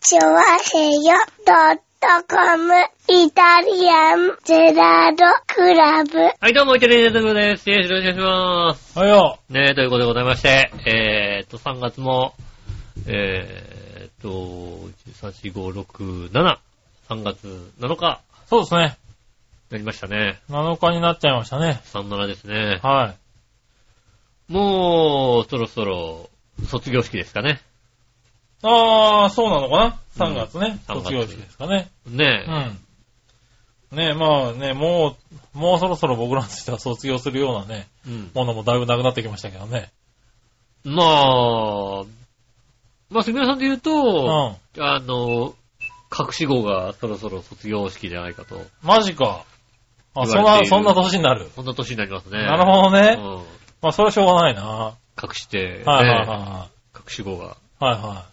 チョワヘヨドットコムイタリアンゼラードクラブ。はい、どうも、イタリアンジェラートクラブです。よろしくお願いしまはいよ。す。ねえ、ということでございまして、えーっと、3月も、えーっと、1、3、4、5、6、7、3月7日、そうですね。なりましたね。 7日になっちゃいましたね。 37ですね。はもう、そろそろ、卒業式ですかね。い。あー、そうなのかな ?3 月ね。うん卒業式ですかね。ねえ。うん。ねえ、まあね、もう、もうそろそろ僕らの人は卒業するようなね、うんものもだいぶなくなってきましたけどね。まあ、まあ、杉村さんで言ううと、ん。あの、隠し号がそろそろ卒業式じゃないかと。マジか。あ、そ言んわれていな、るそんな年になる。そんな年になりますね。なるほどね。ど。うん。まあ、それはしょうがないな。隠して、ねはいはいは隠し子がい。はいは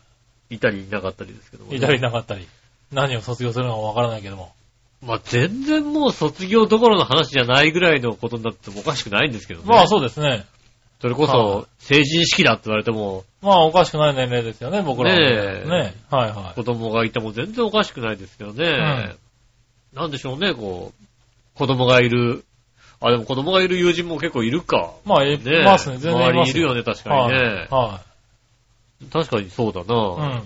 いたりいなかったりですけども、い。いたりなかったり。何を卒業するのかわからないけども。まあ全然もう卒業どころの話じゃないぐらいのことになってもおかしくないんですけどね。まあ、そうですね。それこはそ、成人式だって言われても、まあ、おかしくない年齢ですよね、僕らはね。ねえねはいはい。子供がいても全然おかしくないですけどね。なんでしょうね、こう、子供がいる、あ、でも子供がいる友人も結構いるか。まあ、いねますね。全然い周まりすいるよね、確かはにい。ね。は確かにそうだい。な、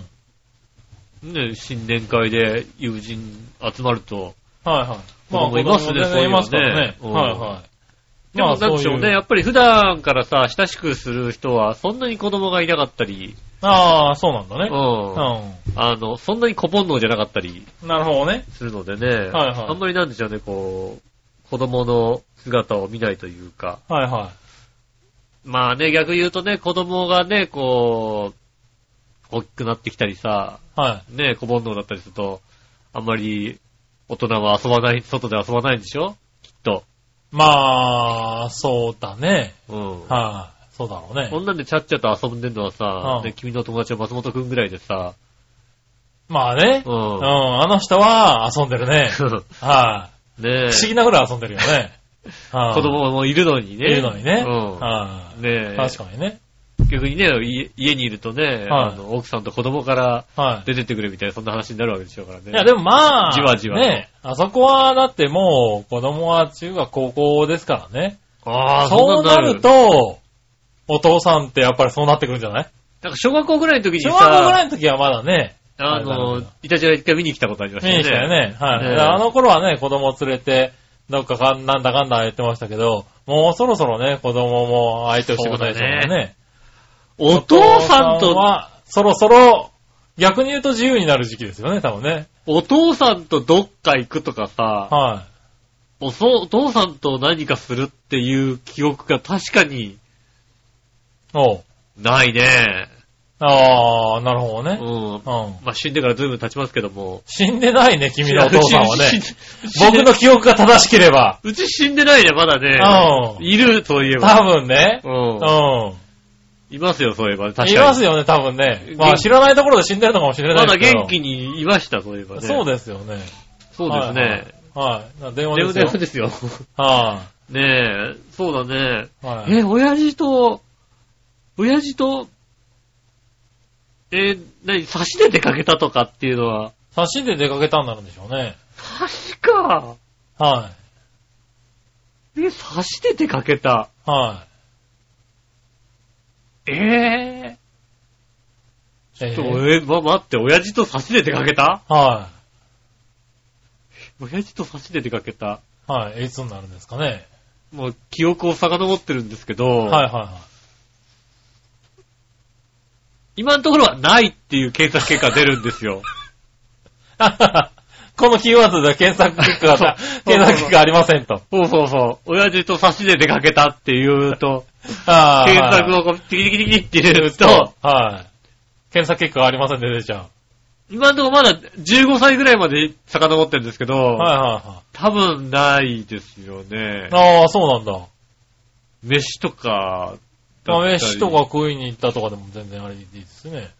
うん。ね、新年会で友人集まると、はいはい。子供いますね子供全然いますからね。そういうのねうんはいはい。でも、なんでしょうね。まやあっぱり普段からさ、親しくする人は、そんなに子供がいなかったり、そういうああ、そうなんだうね。ん。うあの、そんなに小本能じゃなかったりん。なるほどね。するのでね。はいはいあんまりなんでしょうね、こう、子供の姿を見ないというか。はいはまあね、逆に言うとね、子供がね、こう、大きくなってきたりさ、い。はい。ね、小本能だったりすると、あんまり大人は遊ばない、外で遊ばないんでしょきっと。まあ、そうだね。うん。はい。そうだろうねこ。んなんでちゃっちゃと遊んでんのはさう、んね君の友達の松本くんぐらいでさ、まあね。うん。うあの人は遊んでる ね。はん。ねえい。。不思議なぐらい遊んでるよね。はい 子供もいるのにね。いるのにね。うはん。ねい。え。確かにね。逆にね、い家にいるとね、はいあの、奥さんと子供からはい。出てってくれみたいな、そんな話になるわけでしょうからね。いや、でもまあ、じわじわとね、あそこは、だってもう、子供は中学高校ですからね。ああ、そそんうななんなるる。と、お父さんってやっぱりそうなってくるんじゃないなんか小学校ぐらいの時に小学校ぐらさ、いの時はまだね、ああれだのけど、いたちら一回見に来たことありました見よね。に来たよね。はい。ねだからあの頃はね、子供を連れて、どっかかんなんだかんだ言ってましたけど、もうそろそろね、子供も相手をしてくれないですからね。お父さんお父と、は、そろそろ、逆に言うと自由になる時期ですよね、多分ね。お父さんとどっか行くとかさ、はおそお父さんと何かするっていう記憶が確かにい。おう。ないね。あー、なるほどうね。ん。うん。まあ、死んでから随分経ちますけども。死んでないね、君のお父さんは死んね。で 僕の記憶が正しければ。うち死んでないね、まだうね。ん。いる、そういえば。多分ね。う。うんん。いますよ、そういえば。確かに。いますよね、多分ね。ま元あ気知らないところで死んでるのかもしれなまいでだすけど。元気にいました、そういえばね。そうでですよね。す。そうですね。はいはい。はい。電でもで話でもすよ。ですよ。 はねえ、そうだね。い。はい。え、親父と、親父と、えー、何、差しで出かけたとかっていうのは、差しで出かけたんなんでしょうね。差しか。はえ、差しで出かけた。い。はえい。ちょー、ちょっと、えー、ま、待って、親父と差しで出かけたは親父と差しで出かけた。い。はい。いつになるんですかね。もう記憶を遡ってるんですけど、はいはいはい。今のところはないっていう検索結果出るんです よ。あはは このキーワードでは検索結果が そう、検索結果ありませんと。そうそうそう。親父と差しで出かけたっていうと、あー 検索をこう、テキテキテキって入れるとと、、はい。検索結果がありませんで出ちゃ今のところまだ15歳ぐらいまで遡ってるんですけど、う。はいはいはい。多分ないですよね。ああ、そうなんだ。飯とかだまったあり、飯とか食いに行ったとかでも全然あれでいいですね。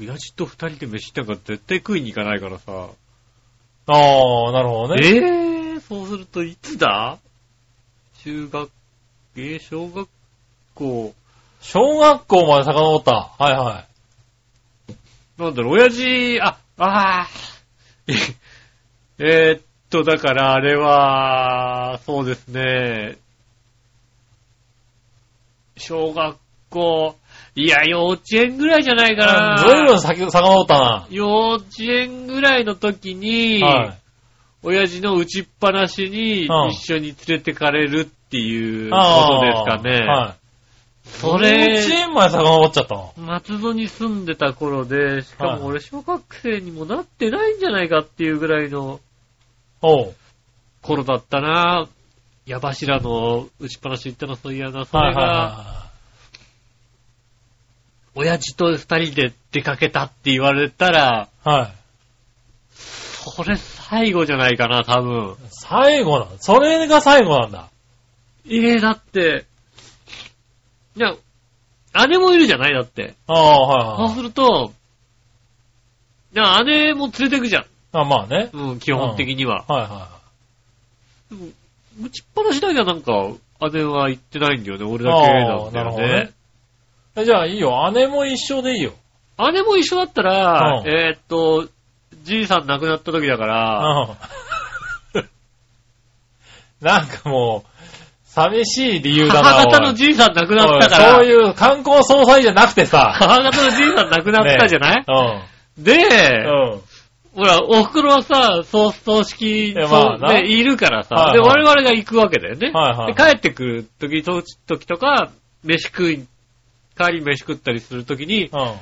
親父と二人で飯なんか絶対食いに行かないからさ。ああ、なるほどね。えー、そうするといつだ中学、えー小学校、小学校まで遡った。はいはい。なんだろう、親父、あ、ああ。えーっと、だからあれは、そうですね。小学校、いや、幼稚園ぐらいじゃないかな。ずいぶん先、遡ったな。幼稚園ぐらいの時に、はい。親父の打ちっぱなしにうん一緒に連れてかれるっていうことですああかね。はい。そ幼稚れ、園まで遡っちゃったの。松戸に住んでた頃で、しかはいも俺小学生にもなってないんじゃないかっていうぐらいのおう。頃だったな。矢柱の打ちっぱなし行ったのそういやな。そはいはれいが、は親父と二人で出かけたって言われたら、い。はい。それ最後じゃないかな、多分。最後なんそれが最後なんだ。ええだって、いや、姉もいるじゃないだって。ああ、そうはいはい。すると、いや、姉も連れてくじゃん。あまあね。うん、基本的には。はいはでも打ちっぱなしだけはなんか、姉は行ってないんだよね。俺い。だけなんだああなよるほどねね。。えじゃあいいよ。姉も一緒でいいよ。姉も一緒だったら、うんえーっと、じいさん亡くなった時だから、うん。 なんかもう、寂しい理由だな。母方おのいじいさん亡くなったから、おいそういう観光総裁じゃなく てさ。母方のじいさん亡くなったじゃない、うん。で、うん。ほら、お袋はさ、葬葬式、えまあそうねな、いるからさ、はいはいで、我々が行くわけだよね。はいはいで帰ってくる時と時とか、飯食い、帰り飯食ったりする時に、うん。はい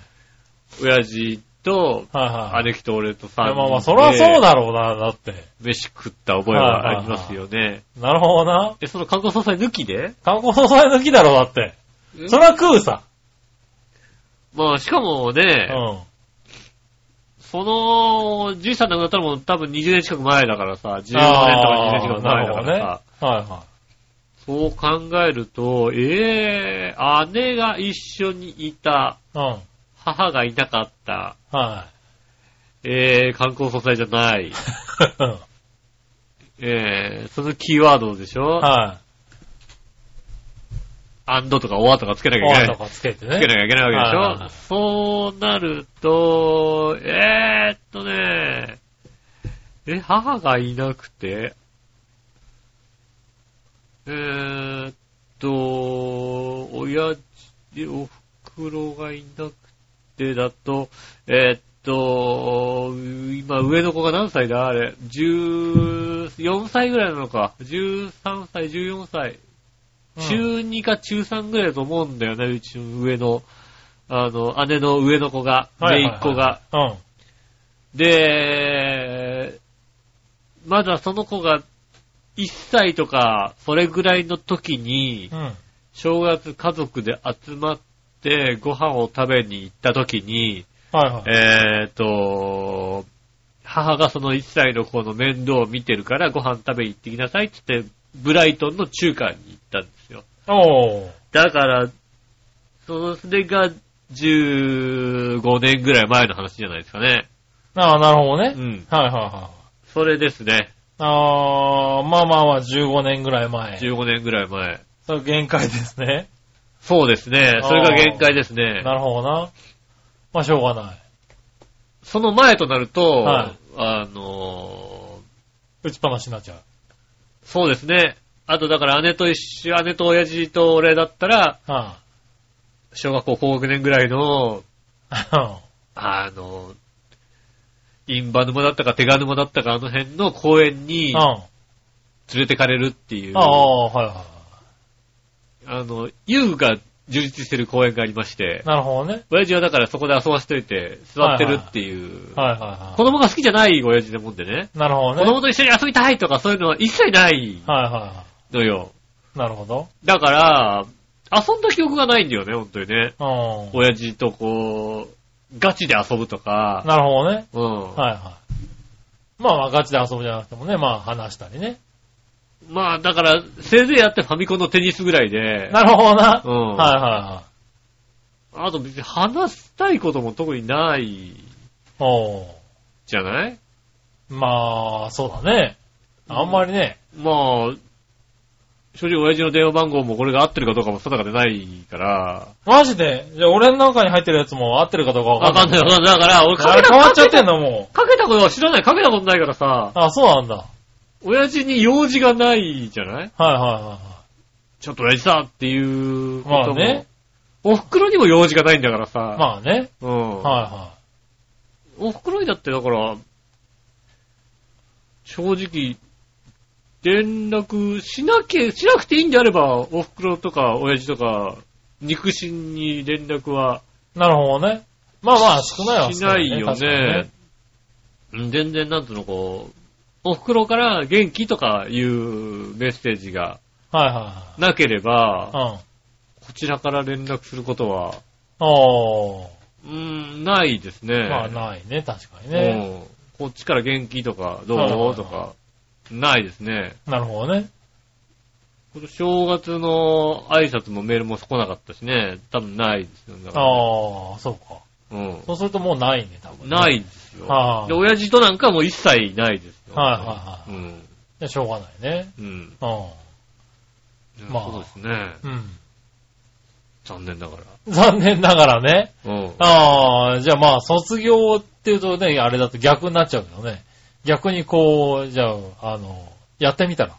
親父と、はい。姉貴と俺といさ、やまあまあ、そりゃそうだろうな、だって。飯食った覚えがありますよね。なるほどな。で、その観光総裁抜きで、観光総裁抜きだろう、だって。そりゃ食うさ。まあ、しかもねう、ん。その、じいさん亡くなったのも多分20年近く前だからさ、15年とか20年近く前だからさ、あーなるほどね。はそう考えると、ええ姉が一緒にいた、いはい。母がいなかった、うん。はええ観光総裁じゃない、 い。ええそのキーワードでしょ、は。アンドとかオアとかつけないきゃいけない。とかつけてつけなね。きゃいけないはいわはいけはでいしょそうなると、えー、っとね、え、母がいなくて、えー、っと、親父、お袋がいなくてだと、えー、っと、今上の子が何歳だあれ、14歳ぐらいなのか。13歳、14歳。うん中2か中3ぐらいだと思うんだよね、うちの上の、あの、姉の上の子が、はい姪はいはいっ子が。うん。で、まだその子が1歳とか、それぐらいの時にう、ん。正月家族で集まってご飯を食べに行った時に、はいはい。えーと、母がその1歳の子の面倒を見てるからご飯食べに行ってきなさいって言って、ブライトンの中華に行ったんですよ。おー。だから、それが15年ぐらい前の話じゃないですかね。ああ、なるほうどね。ん。はいはいはい。それですね。ああ、まあまあまあ、15年ぐらい前。 15年ぐらい前。それ限界ですね。そうですね。それが限界ですね。なるほどな。まあ、しょうがない。その前となると、はいあの打ちっぱなしになっちゃーそうですね。あとだから姉と一緒、姉と親父と俺だったら、う。は小学校高学年ぐらいの、 あ、あのー、インバ沼だったか手賀沼だったかあの辺の公園うにん。あ連れてかれるっていう。あ、はいはあの、遊具が充実してる公園がありましてい。、なるほどね。親父はだからそこで遊ばせといて座ってるっていう、はいはいは子供が好きじゃない親父でもんでね、い。なるほ子どね。供と一緒に遊びたいとかそういうのは一切ないはいはいはのよ。い。なるほど。だから、遊んだ記憶がないんだよね、本当にね。うん。親父とこう、ガチで遊ぶとか、なるほどね。うん。はいはい。まあまあ、ガチで遊ぶじゃなくてもね、まあ、話したりね。まあだから、せいぜいやってファミコンのテニスぐらいで、なるほどな。うんはいはあと別に話したいことも特にないいはい。おー。じゃないまあ、そうだね。あんまりね。まあ、正直親父の電話番号もこれが合ってるかどうかも定かでないから、マジでじゃあ俺の中に入ってるやつも合ってるかどうかわわかかんんな。ないいわかんない。だから、俺あれ変わっちゃってんだもかけたことは知らない。かけたことないからさう。、あ、そうなんだ。はい親父に用事がないじゃないはいはちょっと親父さ、っていうことも。まあねお袋にも用事がないんだからさ。い。まあね。うん。はお袋にだってだから、正直、連絡しなきゃ、しなくていいんであれば、お袋とか親父とか、肉親に連絡はいはい。なるほどね。まあまあ少ないはし少ないよ確かにね。うん全然なんとのこう、お袋から元気とかいうメッセージがはいはなければい、はい。うん。こちらから連絡することは、おー。うーん、ないですね。まあないね、確かにね。うんこっちから元気とか、どはいはいはういとか、ないですね。なるほどね。この正月の挨拶もメールも来なかったしね、多分ないですよ。だからああ、そうか。うんそうするともうないね、多分ね。ないですよ。はいで、親父となんかもう一切ないですよ。はいはいはいうん。いや。しょうがないね。うん。うまあそうですね。ん。うん。残念なが残念ながらね。ら。うん。ああ、じゃあまあ、卒業っていうとね、あれだと逆になっちゃうけどね。逆にこう、じゃあ、あの、やってみたら。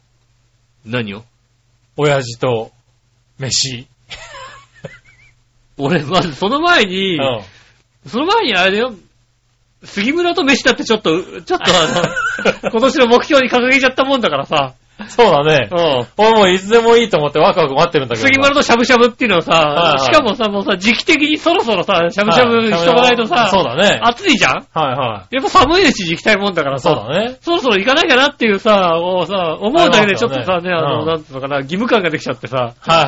何を親父と、飯。俺、まずその前うに、ん。その前にあれだよ、杉村と飯だってちょっと、ちょっとあ の、今年の目標に掲げちゃったもんだからさ、そうだねう。ん。俺もういつでもいいと思ってワクワク待ってるんだけど。杉丸としゃぶしゃぶっていうのははいはいさ、しかもさ、もうさ、時期的にそろそろさ、しゃぶしゃぶしとかないとはさ、そうだね。暑いじゃんはいはやっぱ寒いし時期たいもんだからい。そうさ、だね。そろそろ行かなきゃなっていうさ、もうさ、思うだけでちょっとあさ、りね、まあすよねうの、んなんつうのかな、義務感ができちゃってさ、はいはい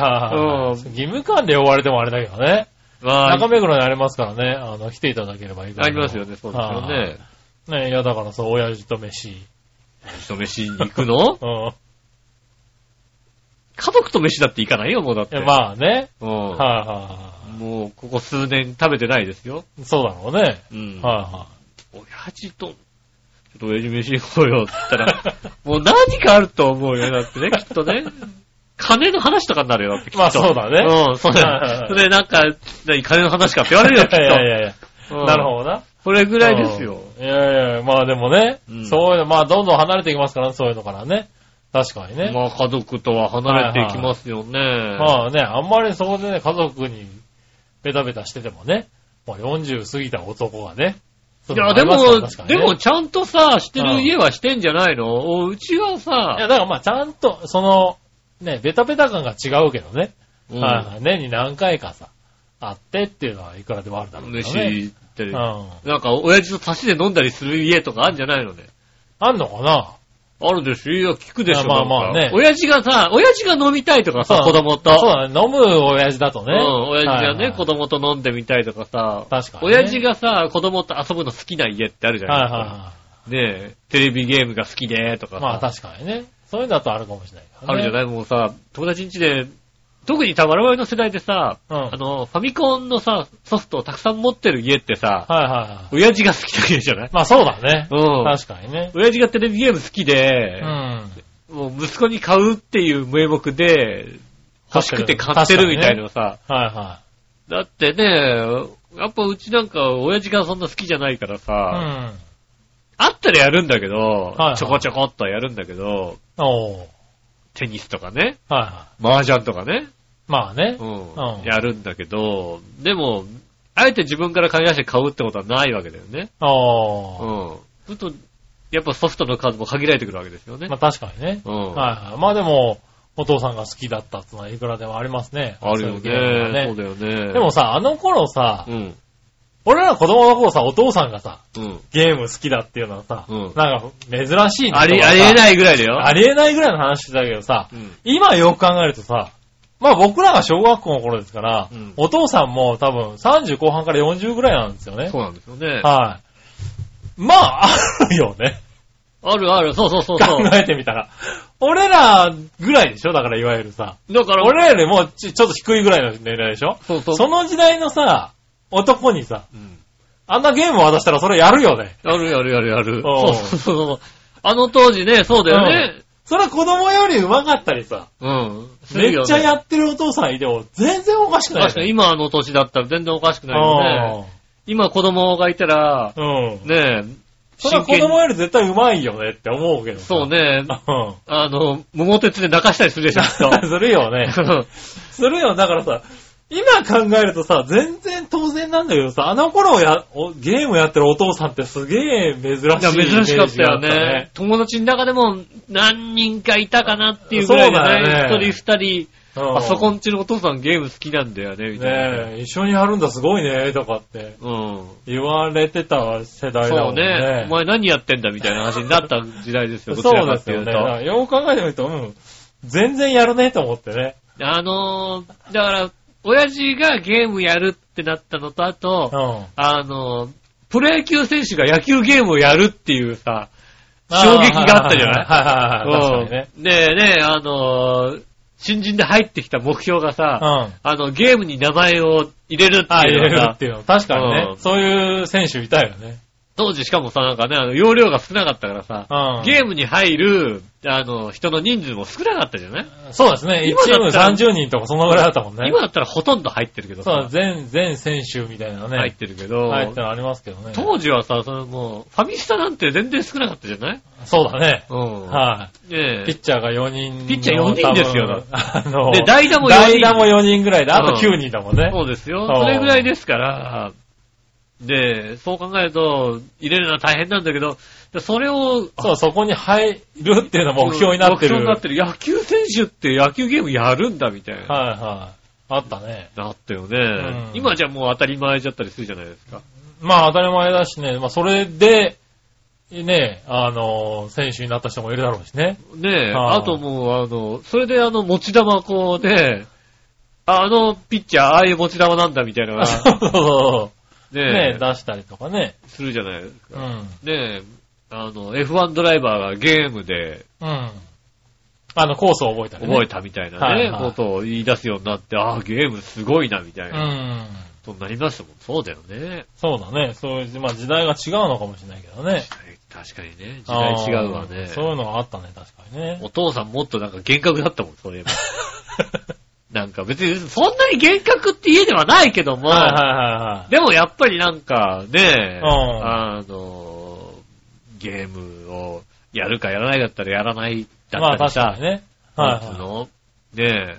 うはい。ん義務感で追われてもあれだけどね。ま中あ、目黒にありますからね。あの、来ていただければいいかなありますよね、そうですよね。ねいやだからそう、親父と飯。飯と飯に行くのうん。家族と飯だって行かないよ、もうだっいて。や、まあね。うんはいはもう、ここ数年食べてないですよ。いはい。そうだろうね。うん。はいは親父と、ちょっと親父飯行こうよって言ったら、 もう何かあると思うよ、だってね、きっとね。金の話とかになるよ、だ ってきっと。まあそうだねうん、そうはいはいだはいよ。それでなんか、何、金の話かって言われい。るよ、きっと。いやいやいや。うん なるほどな。これぐらいですよ。うん。いやいや、まあでもね、うんそういうの、まあどんどん離れていきますからね、そういうのからね。確かにね。まあ家族とは離れていきますよね。まあね、あんまりそこでね、家族にベタベタしててもね、もう40過ぎた男がね。いや、でそういうのもありますから、でねもちゃんとさ、してうんる家はしてんじゃないのうちはいや、さ、だからまあ、ちゃんと、その、ね、ベタベタ感が違うけどね。うんはいはい年に何回かさ、あってっていうのはいくらでもあるだろうけど飯ね。行ってうるん。。あなんか、親父と足しで飲んだりする家とかあるんじゃないのね。んのかなあるでしょいや、聞くでしょまあまあなんかね親父がさ、親父が飲みたいとかそさ、う子供と。そうだね。飲む親父だとね。うん、親父がはいね、はい子供と飲んでみたいとかさ。確かにね親父がさ、子供と遊ぶの好きな家ってあるじゃはいなはいいですか。はねえ、テレビゲームが好きで、とかい。さ。まあ確かにね。そういうのだとあるかもしれないけどあね、るじゃないもうさ、友達ん家で、特にさ、我々の世代でさ、うんあの、ファミコンのさ、ソフトをたくさん持ってる家ってさ、はいはいはい。親父が好きな家じゃないまあそうだね。うん確かにね。親父がテレビゲーム好きでう、ん。もう息子に買うっていう名目で、欲しくて買ってるみたいなのさ、はいはだってね、やっぱうちなんか親父がそんな好きじゃないからい。うさ、ん。あったらやるんだけどいはい、ちょこちょこっとはやるんだけど、おー。はいテニスとかね、は麻雀とかね、い。まあね。うん、やるんだけど、でも、あえて自分から金出して買うってことはないわけだよね。おー。うん。ずっと、やっぱソフトの数も限られてくるわけですよねまあ。確かにね。うん。はいはい。まあでも、お父さんが好きだったってのはいくらでもありますね。あるよそういうね。そ経験うがだよね。でも、さ、あの頃さ、うん。俺ら子供の頃さ、お父さんがさ、うん。ゲーム好きだっていうのはさ、うんなんか珍しいねあり、ありえないぐらいだよ。ありえないぐらいの話してたけどさ、うん今よく考えるとさ、まあ僕らが小学校の頃ですから、うんお父さんも多分30後半から40ぐらいなんですよね。そうなんですよね。はい。まあ、あるよね。あるある、そうそうそうそ考う。えてみたら。俺らぐらいでしょだからいわゆるさ。だから、俺らよりもちちょっと低いぐらいの年代でしょそうそう。その時代のさ、男にさ、うんあんなゲームを渡したらそれやるよね。やるやるやるやる。おそううそうそうそう。あの当時ね、そうだよね。そら子供より上手かったりさ、うん。すめるよっねちゃやってるお父さんいても、全然おかしくないよ確ね。かに今の年だったら全然おかしくないよね。今子供がいたら、うん。うねん。え、そら真子剣に供より絶対上手いよねって思うけどさそう。ね、うん。あの、桃鉄で泣かしたりするでしょ、きっ と するよね。するよ。だからさ、今考えるとさ、全然当然なんだけどさ、あの頃や、おゲームやってるお父さんってすげえ珍しいイメいやー珍ジしがあかっったよねたね。。友達の中でも何人かいたかなっていうぐらいじゃない、そうだよね一人二人、うんあそこんちのお父さんゲーム好きなんだよね、みたいな。ねえ、一緒にやるんだすごいね、とかってうん。言われてた世代だそもうんねね。。お前何やってんだみたいな話になった時代ですよ、どちそらうかでっすていようね。と。だからよく考えてみると、うん、全然やるねと思ってね。あのー、だから、親父がゲームやるってなったのと、あとう、ん。あのー、プロ野球選手が野球ゲームをやるっていうさ、あー衝撃があったじゃない はいはいはいはい。確かにね。うんでねあのー、新人で入ってきた目標がうさ、ん。あの、ゲームに名前を入れるってあ、入いれうのるっがて、いうの。確かにうんね。そういう選手いたよね。当時しかもさ、なんかね、あの、容量が少なかったからさ、うん。ゲームに入る、あの、人の人数も少なかったじゃない、そうですね。1今チーだムったら30人とかそのぐらいだったもんね。今だったらほとんど入ってるけどそうさ、、全、全選手みたいなね。入ってるけど、入ってのありますけどね。当時はさ、そのもう、ファミスタなんて全然少なかったじゃないそうだね。うん。はねい。ピえッ。チャーが4人の。ピッチャー四人ですよ多分 あの、で代打も四人代打も4人ぐらいで、あうんと9人だもんね。そうですよ。そうそれぐらいですから、で、そう考えると、入れるのは大変なんだけど、でそれを、そう、そこに入るっていうのは目標になって目標る。になってる。野球選手って野球ゲームやるんだ、みたいな。はいはい。あったね。なったよね、うん今じゃもう当たり前じゃったりするじゃないですか。まあ当たり前だしね、まあそれで、ね、あの、選手になった人もいるだろうしね。ねえ、あはあともう、あの、それであの、持ち玉こうね、ああのピッチャー、ああいう持ち玉なんだみ たいなの が、そうそうそう。ねねえ、、出したりとかね。するじゃないですうか。ん。ねえ、あの、F1 ドライバーがゲームでうん。あの、コースを覚えたりね。 覚えたみたいなね、はいはいことを言い出すようになって、ああ、ゲームすごいな、みたいうな、ん。となりましたもん。そうだよね。そうだね。そういう、まあ時代が違うのかもしれないけどね。確かにね、時代違うわあーね。そういうのがあったね、確かにね。お父さんもっとなんか幻覚だったもん、そういえば。 なんか別に、そんなに幻覚って家ではないけども、 はいはでもやっぱりなんかね、うんあの、ゲームをやるかやらないだったらやらないいはい。だ まっあたり確さ、かにね。はいなんつうは。のねえ、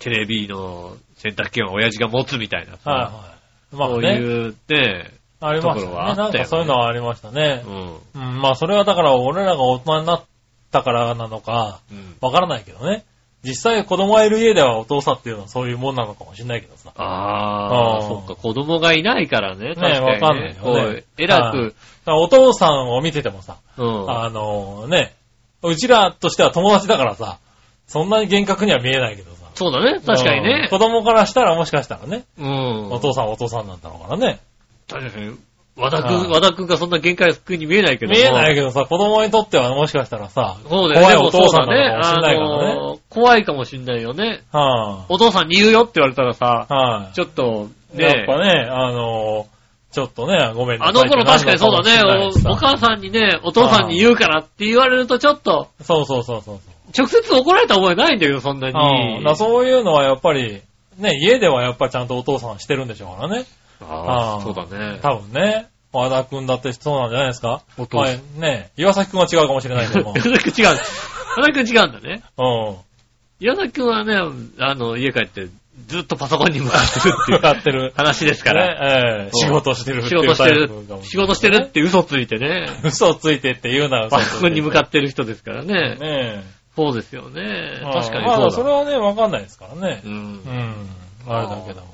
テレビの選択権は親父が持つみたいないさ、はいはい。まあそうね、いうね、ありまとしころたはあね。ったよなんねかそういうのはありましたねう。ん。うん、まあそれはだから俺らが大人になったからなのか、うんわからないけどね。実際子供がいる家ではお父さんっていうのはそういうもんなのかもしれないけどさ。あうあ、んそっか、子供がいないからね、確ねかわかんになねいよね。こう、偉はくい、だからお父さんを見ててもさ、うん。あのね、うちらとしては友達だからさ、そんなに厳格には見えないけどさ。そうだね、確かにうんね子。供からしたらもしかしたらね、うん。お父さんはお父さんなんだろうからね。確かに、和田くはん、い和田くんがそんな限界くんに見えないけども見えないけどさ、子供にとってはもしかしたらさ、そうだよね。怖いお父さんでもなのかもしんないからねそうだねあの怖いかもしんないよね。はお父さんに言うよって言われたらさい、、はい、ちょっと、やっね、ぱね、あのちょっとね、ごめんなさあい。の頃確かにそうだね、おお母ん。さんにね、お父さんに言うからって言われるとちょっと、そうそうそうそう。直接怒られた覚えないんだけど、そんなうんに。だそういうのはやっぱり、ね、家ではやっぱりちゃんとお父さんはしてるんでしょうからね。ああうんそうだね。多分ね。和田くんだってそうなんじゃないですかお父さんまあね、岩崎くんは違うかもしれないけ ども。岩崎くん違う。岩崎くん違うんだね。うん。岩崎くんはね、あの、家帰ってずっとパソコンに向かってるってい向うかってる。話ですから。ねええそう仕事してるって仕いう事してるタイプかも、仕しれない事してるっ。て嘘ついてね、嘘をついてって言うならパソコンに向かっってる人ですからね。ねそうですよねえ。。確かまあにそそうれだ。はね、わかんないですからねう。んう。ん。あれだけども。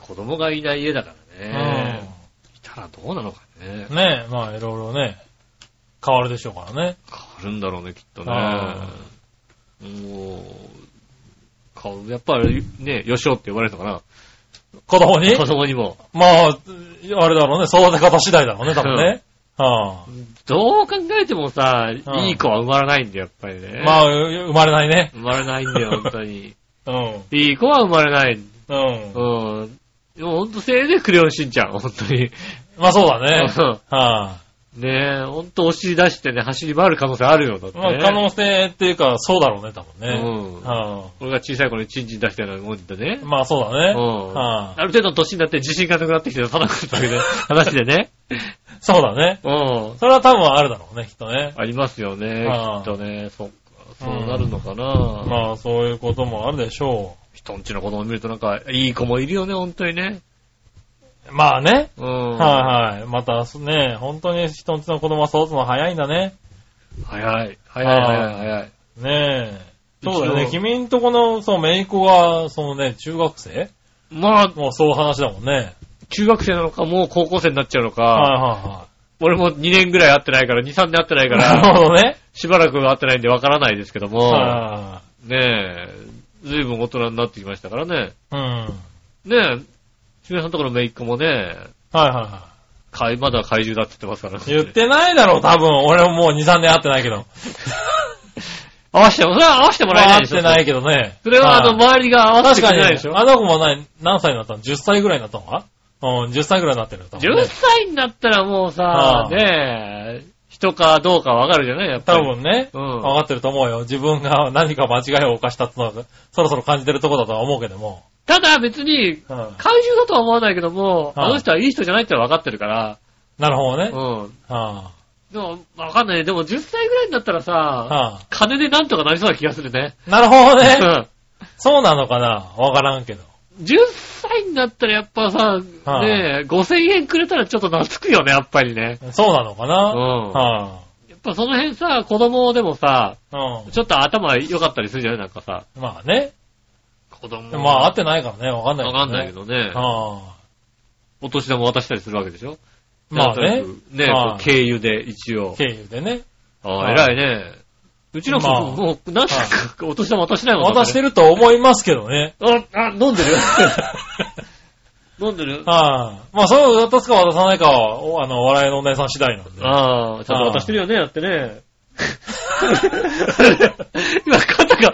子供がいない家だからね。ういたらどうなのかね。ん。ねえ、まあいろいろね、変わるでしょうからね。変わるんだろうね、きっとねあ。もう、顔、やっぱりね、よしおって呼ばれるのか子供な。に子供にも。まあ、あれだろうね、育て方次第だろうね、多分ね。はあどう考えてもさ、んいい子は生まれないんだよ、やっぱりね。まあ、う生まれないね。生まれないんだよ、本当に。 うん。いい子は生まれない。うん。うん。でもほんとせいぜいクレヨンしんちゃん、ほんとに。まあそうだね。うんは ねえ、ほんと押し出してね、走り回る可能性あるよ、だって、ね。まあ、可能性っていうか、そうだろうね、多分ね。うんは俺が小さい頃にチンチン出したようなもんでねい。まあ、そうだね。うんはある程度の年になって自信がなくなってきて、ただくというね話でね。いそうだね。うん。それは多分あるだろうね、きっとね。ありますよね、きああっとね。そっか、そうなるのかな。まあ、そういうこともあるでしょ人んちの子供見るとなんか、いい子もいるよね、ほんとにね。う。まあね。うん。はいはい。またね、本当に人んちの子供は育つの早いんだね。早い。早い早い早い。ねえ。そうだようね。ちの君んとこの、そう、姪っ子が、そのね、中学生まあ、もうそういう話だもんね。中学生なのか、もう高校生になっちゃうのはいか、は俺も2年ぐらい会ってないから、2、3年会ってない いはかい。なら、るほどね。しばらく会ってないんでわからないですけども、はねえ、ずいぶん大人になってきましたからね。いはいはい。うん。ねえ、渋谷さんのところの姪っ子もね、はいはいはい。怪まだ怪獣だって言ってますからね。言っ。てないだろう、多分。俺ももう2、3年会ってないけど。合わせても、それは合わせてもらえない会でっしょ。てないけどね。それは、あの、はい周りが合わせて確くかれにないでしょ。あの子も何何歳になったの ?10 歳ぐらいになったのかうん、10歳ぐらいになってるよ。多分ね10歳になったらもうさあ、あねえ、人かどうかわかるじゃないやっぱ多り。分ね、うん分かってると思うよ。自分が何か間違いを犯したってのは、そろそろ感じてるとこだとは思うけども。ただ別に、うん怪獣だとは思わないけども、はいあの人はいい人じゃないってのは分かってるから、なるほどね。うん。はでも、分かんないね。でも10歳ぐらいになったらあさ、は金でなんとかなりそうな気がするね。あ、なるほどうね。ん。そうなのかなわからんけど。 10歳になったらやっぱさ、あねえ、5000円くれたらちょっと懐くよね、やっぱりね。そうなのかなうんはやっぱその辺さ、子供でもさ、あ、うちょっと頭良かったりするじゃないなんかさ、ん。まあね。子供。まあ、会ってないからね、わかんなわいけど、ね。かんないけどね。はあ、お年玉渡したりするわけでしょまあなねんと。なくね、はいこう経由で一応。経由でね。ああ、はい偉いね。うちの子、まあもう、なんか、お年玉渡してないもん渡してる。ると思いますけどね。あ、あ、飲んでる飲んでる はい、まあ、それを渡すか渡さないかは、おあの、笑いのお姉さん次第なんで。ああ、ちゃんと渡してるよね、だってね。 今、肩が、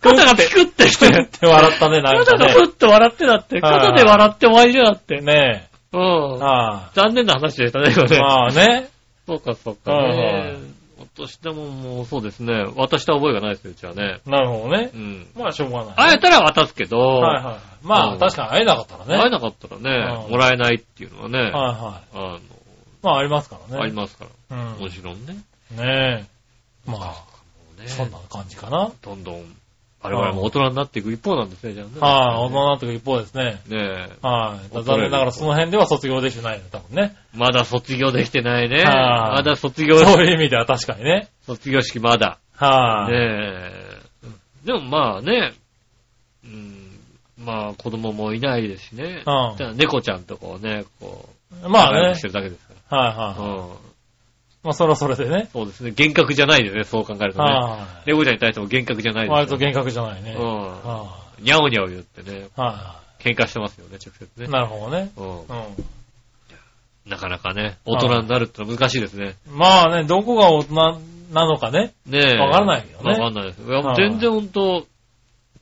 肩がピクってしってて、って笑ったね、なん肩かがね。ふっと笑ってだって、はい肩で笑って終わりだよだって。ねうえ。ん。は残念な話でしたね、今い、ね。まあね。そうか、そうか、はいねはい。落としたもんも、そうですね。渡した覚えがないですね、うちはね。なるほどねう。ん。まあ、しょうがない。会えたら渡すけど、はいはい。まうあ、ん確かに会えなかったらね。会えはいなかったらね、うんもらえないっていうのはね、はあい。まあ、ありますからの、ね。ありますかうら。もん。ちろんね。ねえ。まあ、ねそんな感じかな。どんどん、我々も大人になっていく一方なんですね、じゃあね。はい、大人になってく一方ですね。ねえ。はい。だ残念ながらその辺では卒業できてないね、多分ね。まだ卒業できてないね。はいまだ卒業、そういう意味では確かにね。卒業式まだ。はい、ねえ。でもまあね、うん、まあ子供もいないですしね。うんじゃあ猫ちゃんとこうね、こう、ま仲あね。は良いくしてるだけですかはい、ら。うん。まあ、それはそれでね。そうですね。幻覚じゃないですね、そう考えるとね。は猫ちゃんに対しても幻覚じゃないい。ですよ割と幻覚じゃないね。はい、うはん。にゃおにゃお言ってね、いは喧嘩してますよね、直接い。ね。なるほどね。うんうなかなかね、大人になるってのは難しいですね。ん。まあね、どこが大人なのかね。ねえ。わからないよねわかんないです。いやはい全然ほんと、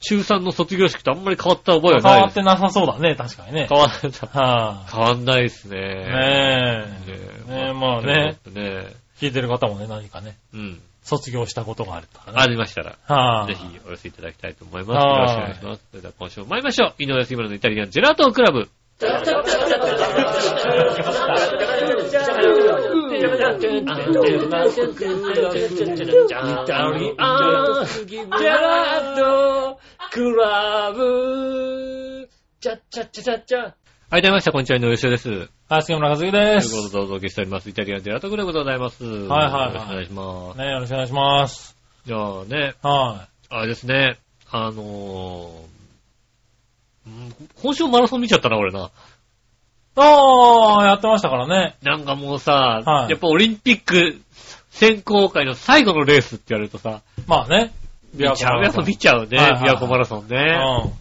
中3の卒業式とあんまり変わった覚え変はないわでっす。てなさそうだね、確かにね。変わらない。は変わんないですい、ね。ねえ。ねえ、まあね。。ね聞いてる方もね、何かね、うん。卒業したことがあるとかね。ありましたら、はぜい、ひお寄せいただきたいと思います。よろしくお願いします。それでは今週も参りましょう。井上杉村のイタリアンジェラートクラブ。はい、どうもみなさん、こんにちは、井上杉です。はい、杉村和樹でということす。でお届けしております。イタリアンジェラートクラブでございます。はいはいはよろしくお願いいします。ねよろしくお願いします。じゃあね、はあれですね、あのー、ん今週マラソン見ちゃったな、俺な。い。ああ、やってましたからね。なんかもうさ、はいやっぱオリンピック選考会の最後のレースって言われるとさ、まあね。見ちゃう、やっぱ見ちちゃうね、はいはいは琵い琶湖マラソンね。うん。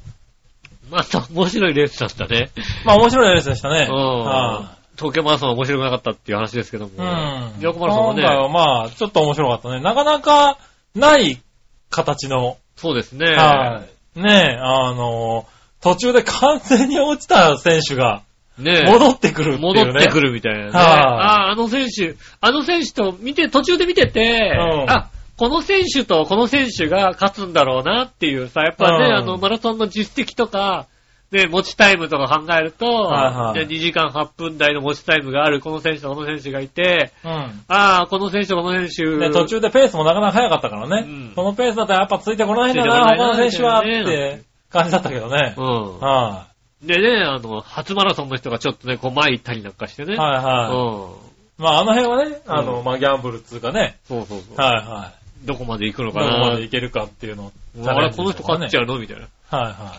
また面白いレースだったね。まあ面白いレースでしたうね。んは東京マラソンは面白くなかったっていう話ですけども、いうん。琵琶湖マラソンも今回はね、まあ、ちょっと面白かったね。なかなかない形の、そうですね。はい。ねえ、あの、途中で完全に落ちた選手が、ねえ。戻ってくるっていうね。戻ってくるみたいなね。はいああ、あの選手、あの選手と見て、途中で見てて、うんあ、この選手とこの選手が勝つんだろうなっていうさ、やっぱね、うんあの、マラソンの実績とか、ね、持ちタイムとか考えると、はいはい2時間8分台の持ちタイムがある、この選手とこの選手がいて、うん。ああ、この選手とこの選手。で、途中でペースもなかなか速かったからね。うんこのペースだったらやっぱついてこないんだついな、てこないな他の選手は、っみたいなねて感じだったけどね。うん。はでね、あの、初マラソンの人がちょっとね、こう前行ったりなんかしてい。ね。はいうん。はい。まあ、あの辺はね、あの、うんまあ、ギャンブルっつうかね。そうそうそう。はいはどこまで行くのい。かどこまなで。いけるかっていうのをチャあレれ、ンジことかね。の人勝っちゃゃうのみたいな。う。はいは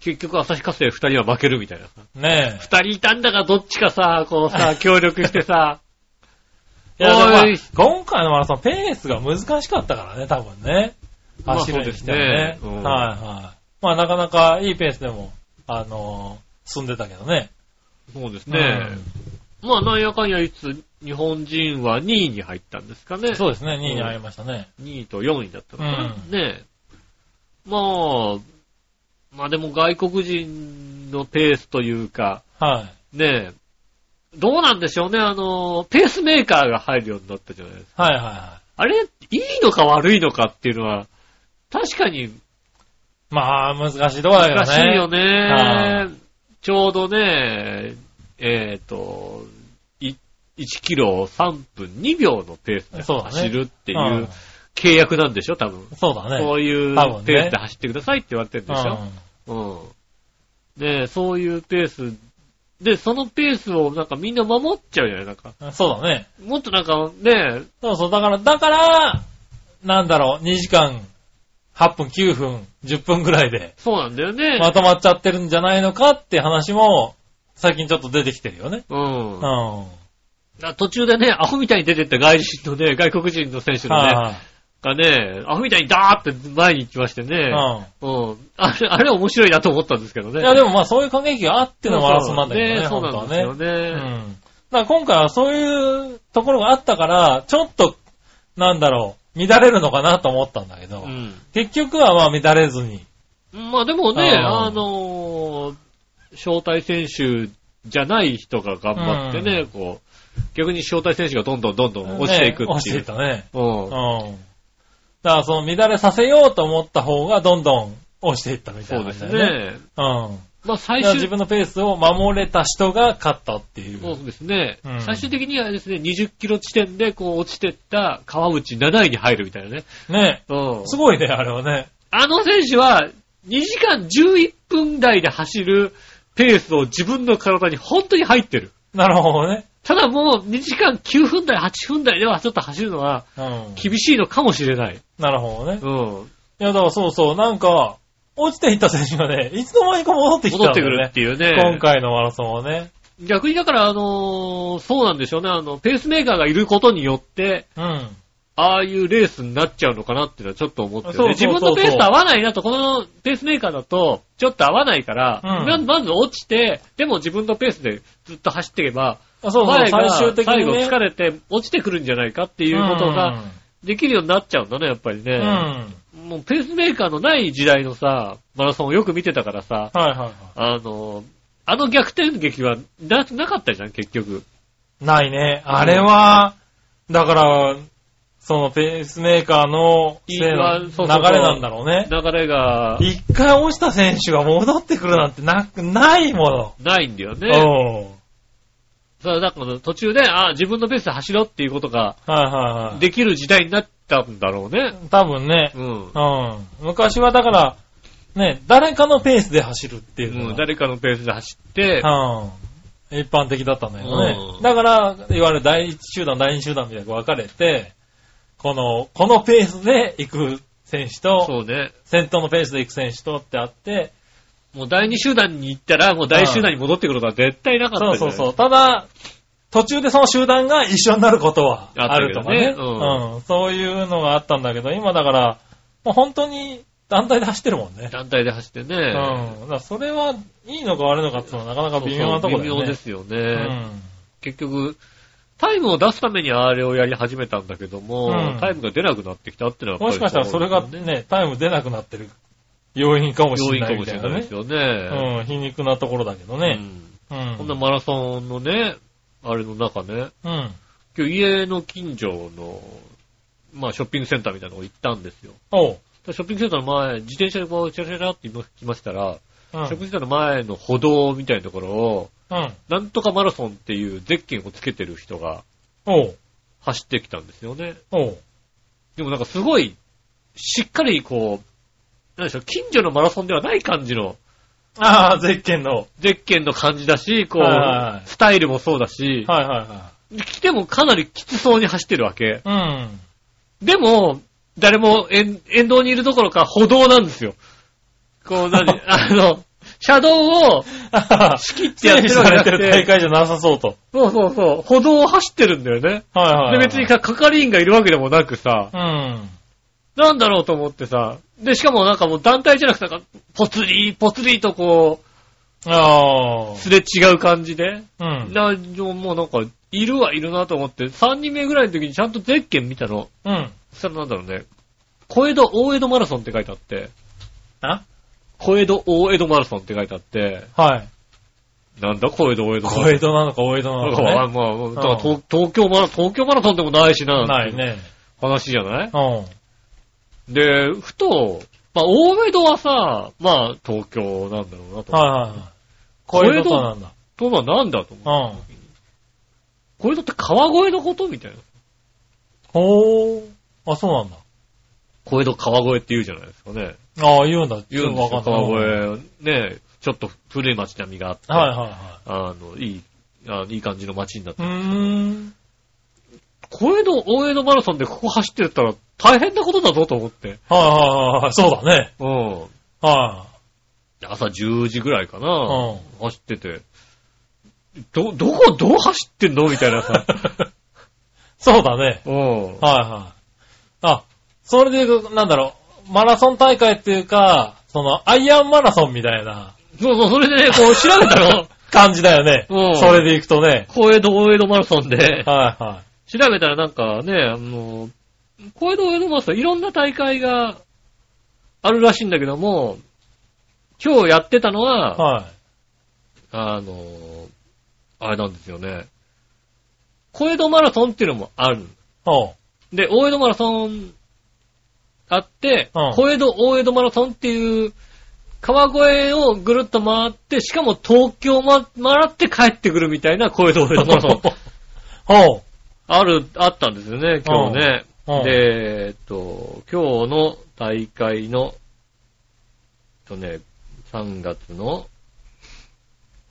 結局、旭化成二人は負けるみたいなさ。い。ね二人いたんだからどっちかさ、こう さ、協力してさ。え。いや、でもまあおい今回のマラソン、ペースが難しかったからね、多分ね。まあ走るにしてはね。そうですねうんはいはい。まあ、なかなかいいペースでも、あのー進んでたけどね。そうですね。まあ、なんやかんやいつ、日本人は2位に入ったんですかうね。んそうですね、2位に入りましたね。 2位と4位だったのかな。うんねえ。まあ、まあでも外国人のペースというか、はい。ねえ、どうなんでしょうね、あの、ペースメーカーが入るようになったじゃないですか。はいはいはあれ、いいのか悪いのかっていうのは、確かにい。まあ、難しいとこだけど難ね。しいよはね。ちょうどね、えっ、と、い1キロを3分2秒のペースでそうだね走るっていうんう契約なんでしょ、多分。そうだね。そういう多分ねペースで走ってくださいって言われてるんでしょ。うん。で、そういうペース、で、そのペースをなんかみんな守っちゃうじゃないなんか。うんそうだね。もっとなんかね、そうそう、だから、だから、なんだろう、2時間、8分、9分、10分ぐらいで、そうなんだよね。まとまっちゃってるんじゃないのかって話も、最近ちょっと出てきてるよね。うんうん。。はだから途中でね、アホみたいに出てった外人のね、外国人の選手いのね、はがね、アホみたいにダーって前に行きましてい。ね。ううん。あれ、あれ面白いなと思ったんですけどね。ん。いや、でもまあ、そういう過激があってのマラソンなんだけどね、そう本そう当そうねそはうなねん。ですうよね。ん。だから今回はそういうところがあったから、ちょっと、なんだろう、乱れるのかなと思ったんだけど、結局はまあ乱れずに。うんまあでもね、あーあのー招待選手じゃない人が頑張ってね、こう、逆に招待選手がどんどんどんどん落ちていくねっ落てちいてう。いったね。うんうん。だからその乱れさせようと思った方がどんどん落ちていったみたそいうな、です。ね。うん。まあだ最から終自分のペースを守れた人が勝ったっていう。そうですね、うん最終的にはですね、20キロ地点でこう落ちてった川内7位に入るみたいなね。ね。うん。すごいね、あれはね。あの選手は2時間11分台で走るペースを自分の体に本当に入ってる。なるほどね。ただもう2時間9分台、8分台ではちょっと走るのはうん。厳しいのかもしれない。なるほどね。うん。いや、だからそうそう、なんか、落ちていった選手がね、いつの間にか戻ってきたん戻っだてくよるねっ。ていうね。今。回のマラソンはね。逆にだから、あのーそうなんでしょうね。あの、ペースメーカーがいることによって、うん。ああいうレースになっちゃうのかなっていうのはちょっと思ってる、ね。そうそう自そうそう分のペースと合わないなと、このペースメーカーだと、ちょっと合わないから、うんままず落ちて、でも自分のペースでずっと走っていけば、あそうそう、前が最終的最に後ね。疲れて落ちてくるんじゃないかっていうことができるようになっちゃうんだね、やっぱりうん。うん。ね。はいもうペースメーカーのない時代のさ、マラソンをよく見てたからさ、はいはあの、あの逆転劇はな、なかったじゃん、結局。い。ないね。あれは、だから、そのペースメーカーのせいいのい流そうそうそうれなんだろうね。流れが一回落ちた選手が戻ってくるなんてなく、ないもないんだよの。ね。うんそれだから途中で、あ自分のペースで走ろうっていうことがはいはいはい。できる時代になったんだろうね。多分ねう、ん。うん。昔はだから、ね、誰かのペースで走るっていううのん、が、誰かのペースで走って、うん、一般的だったんだよね。うんだから、いわゆる第一集団、第二集団みたいに分かれて、この、このペースで行く選手と、そうね。先頭のペースで行く選手とってあって、もう第二集団に行ったら、もう第一集団に戻ってくることは絶対なかったそじうゃそなういそう。ただ、途中でその集団が一緒になることはあったあるとかね。けうどねん、そういうのがあったんだけど、今だから、もう本当に団体で走ってるもんね。団体で走ってね。うん。だからそれはいいのか悪いのかっていうのはなかなか微妙なところだよね。微妙ですよね。うん。結局、タイムを出すためにあれをやり始めたんだけども、うんタイムが出なくなってきたってのはやっぱもりしかしたらそれがそうね、タイム出なくなってる要因かもし要れ因なかいもみしたれいなないでねす。よね。うん、皮肉なところだけどね。うんうん。こんなマラソンのね、あれの中ね、うん。今日家の近所の、まあショッピングセンターみたいなとこ行ったんですよ。おう。ショッピングセンターの前、自転車でこう、チャラチャラって今来ましたら、うショッピングセん。ンターの前の歩道みたいなところを、うん。なんとかマラソンっていうゼッケンをつけてる人がおう。走ってきたんですよね。おう。でもなんかすごい、しっかりこう、なんでしょう、近所のマラソンではない感じの、ああ、ゼッケンの。ゼッケンの感じだし、こはいはいはう、いスタイルもそうだし、はいは来てもかなりきつそうに走ってるわけ。いはい。うん。でも、誰も沿沿道にいるどころか歩道なんですよ。こう何、 あの、車道を、仕切ってやってる整わ備されてけてる大る大会じゃなさそうと。そうそうそう、歩道を走ってるんだよね。はいはい、で、別にか係員がいるわけでもなくさ、うん。なんだろうと思ってさ、で、しかもなんかもう団体じゃなくて、なんかぽつり、ぽつりとこああう、。すれ違う感じで、うん。な、もうなんか、いるはいるなと思って、3人目ぐらいの時にちゃんとゼッケン見たの。うん。そしたらなんだろうね、小江戸大江戸マラソンって書いてあって、あ小江戸大江戸マラソンって書いてあって、はい。なんだ小江戸大江戸マラソン。小江戸なのか大江戸ななんかのか、わかね。んまあ、だから東東京マラ、東京マラソンでもないしな、ない。ね。話じゃないうん。で、ふと、まあ、大江戸はさ、まあ、東京なんだろうなと。はいはいはい。小江戸となんだ。とはなんだと思う。うん。小江戸って川越のことみたいな。ほー。あ、そうなんだ。小江戸川越って言うじゃないですかね。ああ、言うんだ。言うんちょでっすとよわかんない。はい川越。ねちょっと古い街並みがあって、はいはあの、いい、あいい感じの街になってい。う。ーん。小江戸、大江戸マラソンでここ走ってたら大変なことだぞと思って。はいはいはい。そうだね。うん。は朝10時ぐらいかな。い。うん。走ってて。ど、どこ、どう走ってんのみたいなさ。そうだね。 うん。はいはい。あ、それで言うと、なんだろう、マラソン大会っていうか、その、アイアンマラソンみたいなそうそう、それでね、こう調べたの。感じだよね。うんそれで行くとね。 小江戸、大江戸マラソンで、はいは調べたらなんかね、あの、小江戸、大江戸マラソン、いろんな大会があるらしいんだけども、今日やってたのい。は、はあの、あれなんですよね。小江戸マラソンっていうのもある。い。おう。で、大江戸マラソンあって、うん小江戸、大江戸マラソンっていう、川越をぐるっと回って、しかも東京ま、回って帰ってくるみたいな小江戸、大江戸マラソ ン。おう。ある、あったんですよね、今日ね。うんうんで、えっと、今日の大会の、えっとね、3月の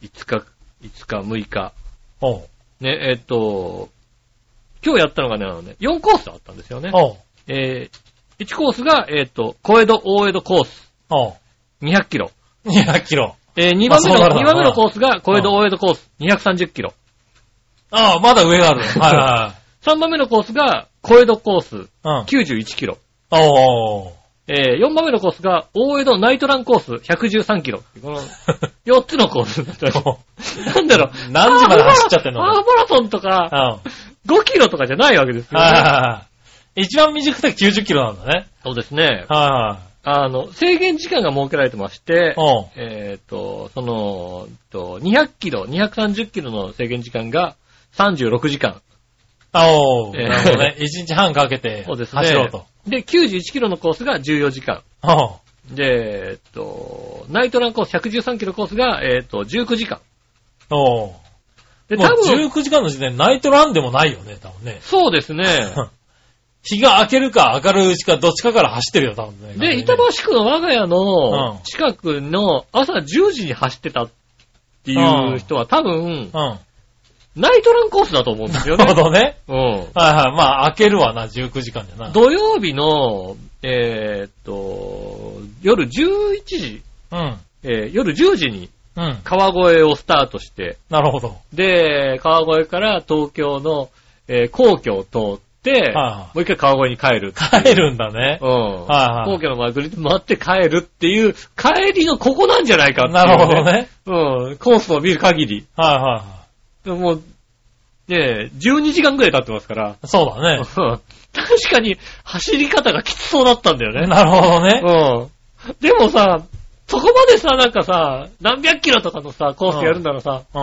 5日、5日、6日。おう。ね、えっと、今日やったのがね、あのね、4コースあったんですよね。おう。えー、1コースが、えっ、と、小江戸、大江戸コース、おう。 200キロ。 200キロ。えー、2番目そうの、なるわ二番目のコースが、小江戸、うん大江戸コース、230キロ。ああ、まだ上がある。は3番目のコースが、小江戸コース、いはい。うん。 91キロ。おう。えー、4番目のコースが、大江戸ナイトランコース、113キロ。こ の、4つのコースだったおうなんだろう、何時まで走っちゃってんのハーフマラソンとうん。か、は5キロとかじゃないわけですいよ、ね。はい。一番短くて90キロなんだね。そうですね。はあの、制限時間が設けられてましていはい。、おう。えっ、と、その、えっと200キロ、230キロの制限時間が36時間。おう。えーなるほどね。1日半かけてそうですね。走ろうと。で、91キロのコースが14時間。おう。で、えっ、と、ナイトランコース、113キロコースが、えっ、と、19時間。おう。で、もう多分、 19時間の時点でナイトランでもないよね、多分ね。そうです ね。日が明けるか明るいうちかどっちかから走ってるよ、多分ね。で、板橋区の我が家うのん近くの朝10時に走ってたっていう人は多分、うん。ナイトランコースだと思うんですよ なね。るほどね。うん。はいはい。まあ、明けるわな、19時間じゃな。土曜日の、えーっと、夜11時、うん。えー夜10時に うん。川越をスタートして、なるほど。で、川越から東京の、えー皇居を通って、はもう一回川越に帰るっていう。帰るんだねう。ん。はいはい皇居の前ぐり回って帰るっていう、帰りのここなんじゃないかっていう、なるほど。ね。うん。コースを見る限り。はいはいはでももう、ねえ、12時間ぐらい経ってますから。い。そうだうんね。確かに走り方がきつそうだったんだよね。なるほどね。うん。でもさ、そこまでさ、なんかさ、何百キロとかのさ、コースやるならさ、う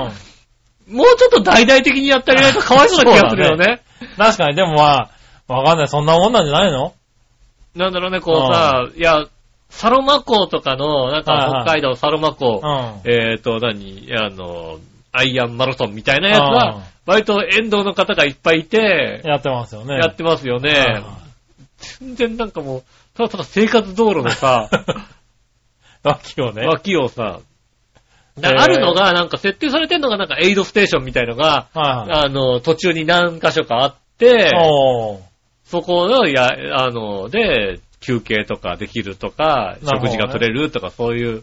ん。もうちょっと大々的にやってあげないとかわいそうな気がするよそうね。確かに、でもまあ、わかんない。そんなもんなんじゃないのなんだろうね、こうさ、いや、サロマ港とかの、なんはいはかい北海道サロマ港、うん。えっ、ー、と、何あの、アイアンマラソンみたいなやつは、うん割と沿道の方がいっぱいいて、やってますよね。やってますよね。全然なんかもう、ただただ生活道路のさ、ラッキーを ね。脇をさ、だへーあるのが、なんか設定されてんのが、なんかエイドステーションみたいのが、はいはい。あの、途中に何箇所かあって、おーそこの、や、あの、で、休憩とかできるとか、なる食ほどね事が取れるとか、そういう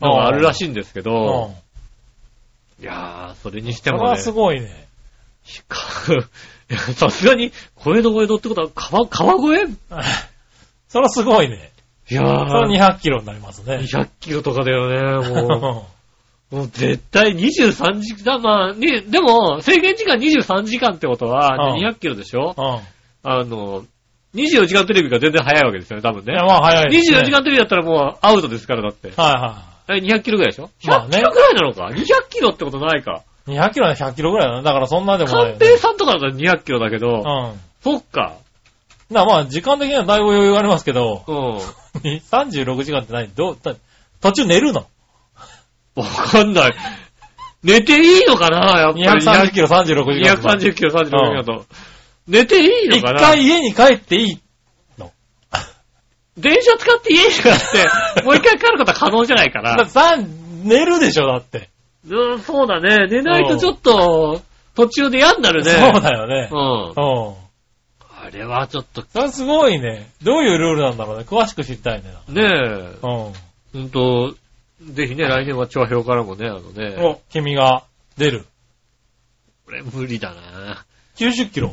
のがあるらしいんですけうんど、。いやー、それにしてそれもはね、すごいね。 いや さすがに、小江戸小江戸ってことは、川、川越それはすごいね。いやそれはー、 200キロになりますね。 200キロとかだよね、もう。う もう絶対23時間、まあ、ね、でも、制限時間23時間ってことは、うん200キロでしょん。うん。あの、24時間テレビが全然早いわけですよね、多分いねや、。まあ早いですね。 24時間テレビだったらもうアウトですから、だって。はえ200キロぐらいでしょまあ ?100 ねキロぐらいなのか ?200 キロってことないか。いはい。200キロは100キロぐらいだな。だからそんなでもないよ官ね。邸さんとかだったら200キロだけうど、ん。そっか。な、まあ、時間的にはだいぶ余裕がありますけど、 うん。わ36時間って何どう、だ途中寝るのかんない。寝ていいのかなやっぱ ?230 りキロ36時間。 230キロ、36キロだと。寝ていいの一かな回家に帰っていい。電車使って家に帰 って、もう一回帰ることは可能じゃないかだってな。さ寝るでしょ、だって。うん、 そうだね。寝ないとちょっと、途中で嫌になるね。そうだよね。うん。うん。あれはちょっと、それすごいね。どういうルールなんだろうね。詳しく知りたいね。ねうん。え、うんと、ぜひね、来年は調和表からもね、あのね、お、君が出る。これ無理だな。 90キロ。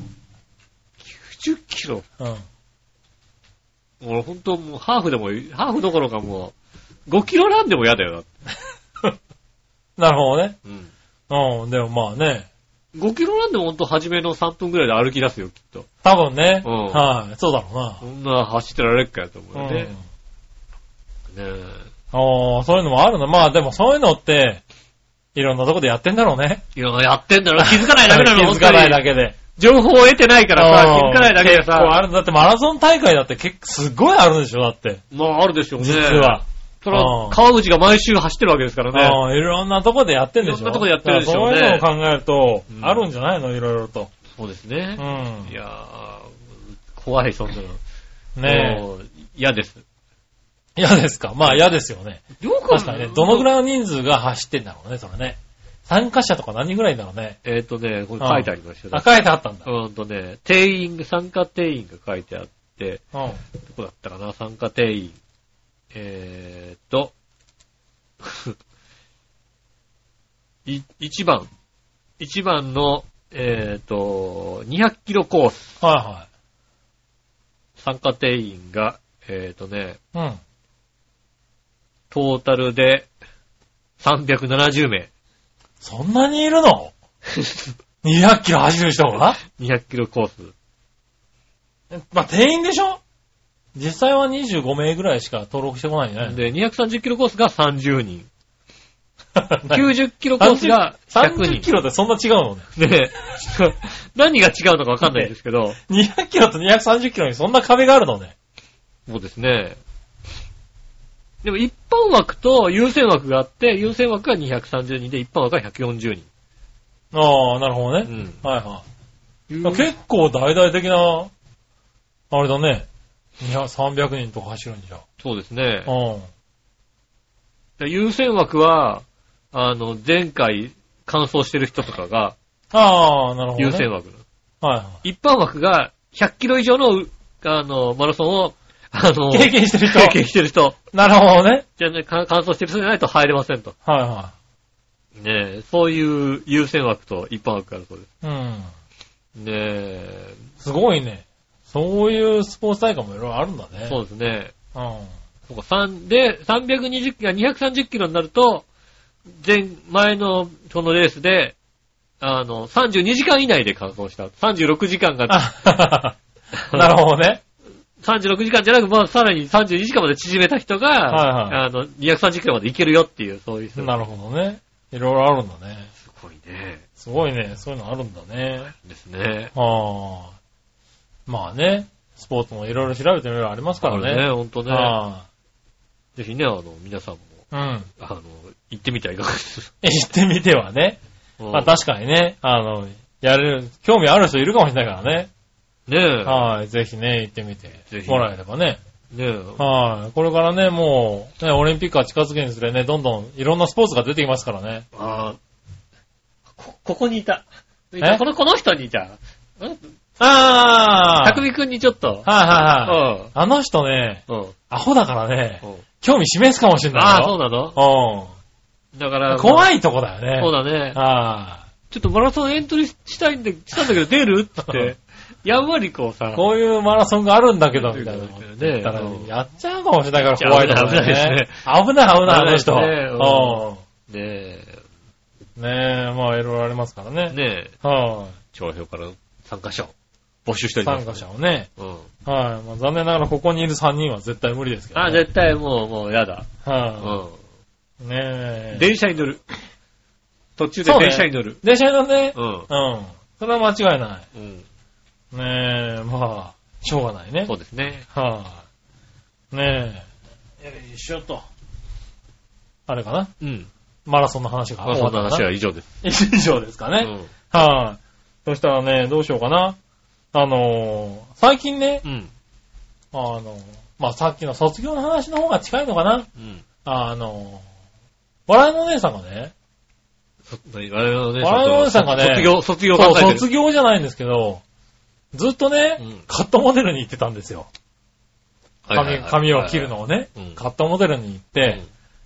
90キロ。うん。俺ほんともうハーフでもいい、ハーフどころかもう、5キロランでも嫌だよだって。 なるほどね。うん。うん。でもまあね。 5キロランでもほんと初めの3分ぐらいで歩き出すよ、きっと。多分ね。うんはい。そうだろうなそんな走ってられっかやと思う。ようんね。ねえ。ああ、そういうのもあるの。まあでもそういうのって、いろんなとこでやってんだろうね。いや、やってんだろ。気づかないだけなの、 気づかないだけ。けで。情報を得てないからさ、気づかないだけで結構あさ、る。だってマラソン大会だって結構すごいあるでしょ、だって。まあ、あるでしょうね。実は。それうはん川口が毎週走ってるわけですからね。ああ、いろんなとこでやってんでしょ。いろんなとこでやってるでしょうねだからそういうのを考えるとう、んあるんじゃないのいろいろと。そうですうね。んい。やー、怖い、そんなの。ねもう嫌です。え。嫌ですかまあ嫌ですよね。よく確かにね。どのいぐらいの人数が走ってんだろうね、それね。参加者とか何人ぐらいだろうね。えっとね、これ書いてありましたあ、よ。書いてあったんだ。うーんとね、定員、参加定員が書いてあって、うん。どこだったかな、参加定員。えーっと、 い1番。1番の、えーっと、200キロコース。は参加定員が、えーっとね、いはい。うん。トータルで370名。そんなにいる の ?200 キロ走る人が200キロコース。まあ、定員でしょ実際は25名ぐらいしか登録してこないんじゃ ないので、230キロコースが30人。90 90キロコースが100 30キ人。ロってそんな違うのね。で、 何が違うのかわかんないんですけど、 200キロと230キロにそんな壁があるのね。そうですね。でも一般枠と優先枠があって、優先枠が230人で、一般枠が140人。ああ、なるほどうね。ん。はいはい。結構大々的な、あれだね。200、300人とか走るんじゃん。そうですね。うん。で優先枠は、あの、前回完走してる人とかがああ、なるほど、ね。優先枠なの。はい一般枠が100キロ以上のう、あの、マラソンを、あの、はい。経験してる人。経験してる人。なるほどね。じゃあね、か完走してる人じゃないと入れませんと。はいはねえ、そういう優先枠と一般枠があるそうです。い。うん。ねえ、すごいね。そういうスポーツ大会もいろいろあるんだね。。そううですね。うん。そうか、3で、320キロ、230キロになると、前、前の、そのレースで、あの、32時間以内で完走した。36時間が、あなるほどね。 36時間じゃなく、まあ、さらに32時間まで縮めた人が、はいはあの、230時間までいけるよっていう、そういう人。なるほどね。いろいろあるんだね。すごいね。すごいね。そういうのあるんだね。ですね。ああ。まあね。スポーツもいろいろ調べてみればありますからこれね、ね。ほんとね。あぜひね、あの、皆さんも、あ。うん。あの、行ってみてはいかがですか。行ってみてはね。 まあか確かにね。あの、やれる、興味ある人いるかもしれないからね。に。ねはい。ぜひね、行ってみてぜひもらえればね。え。ねえ。はい。これからね、もう、ね、オリンピックが近づけにつれね、どんどんいろんなスポーツが出てきますからね。あーこ、ここにいた。えこの、この人にいた。んあ匠くんにちょっと。はいはいはい。うん。あの人ね、うん。アホだからね、うん興味示すかもしれないああ、そうよ。なのあだから、怖い。いとこだよね。そうだね。あちょっとマラソンエントリーしたいんだ、したんだけど出るっうん て。やんわりこうさ。 あ。こういうマラソンがあるんだけ ど、みたいな。ね言ったらうんやっちゃうかもしれないから怖いとこだよね。危ない危ない、あの人。危ないですねうねんねえ、まあいろいろありますからえ、ね。ねえ、は長編から参加者を募集しておい。ります。参加者をね。うん。はい。まあ残念ながらここにいる3人は絶対無理ですけどね。あ、絶対もう、もうやだ。うはん。い。ねえ。電車に乗る。途中そでうね電車に乗る。電車のね、うん。うん。それは間違いなうん。い。ねえ、まあ、しょうがないね。そうですね。はい、ねえ。よいしょと。あれかなうん。マラソンの話がまあ、そんな終わった話かは以上です。以上ですかうね。ん。はい、そしたらね、どうしようかな。あのー最近ね、うん。あのーまあ、さっきの卒業の話の方が近いのかな。うん。あのー笑いのお姉さんがね、そ何我々のね、我々のお姉さんがね卒業、卒業そう考えて卒る。業じゃないんですけど、ずっとね、うんカットモデルに行ってたんですよ。はいはい髪はい髪を切るのをね、うんカットモデルに行って、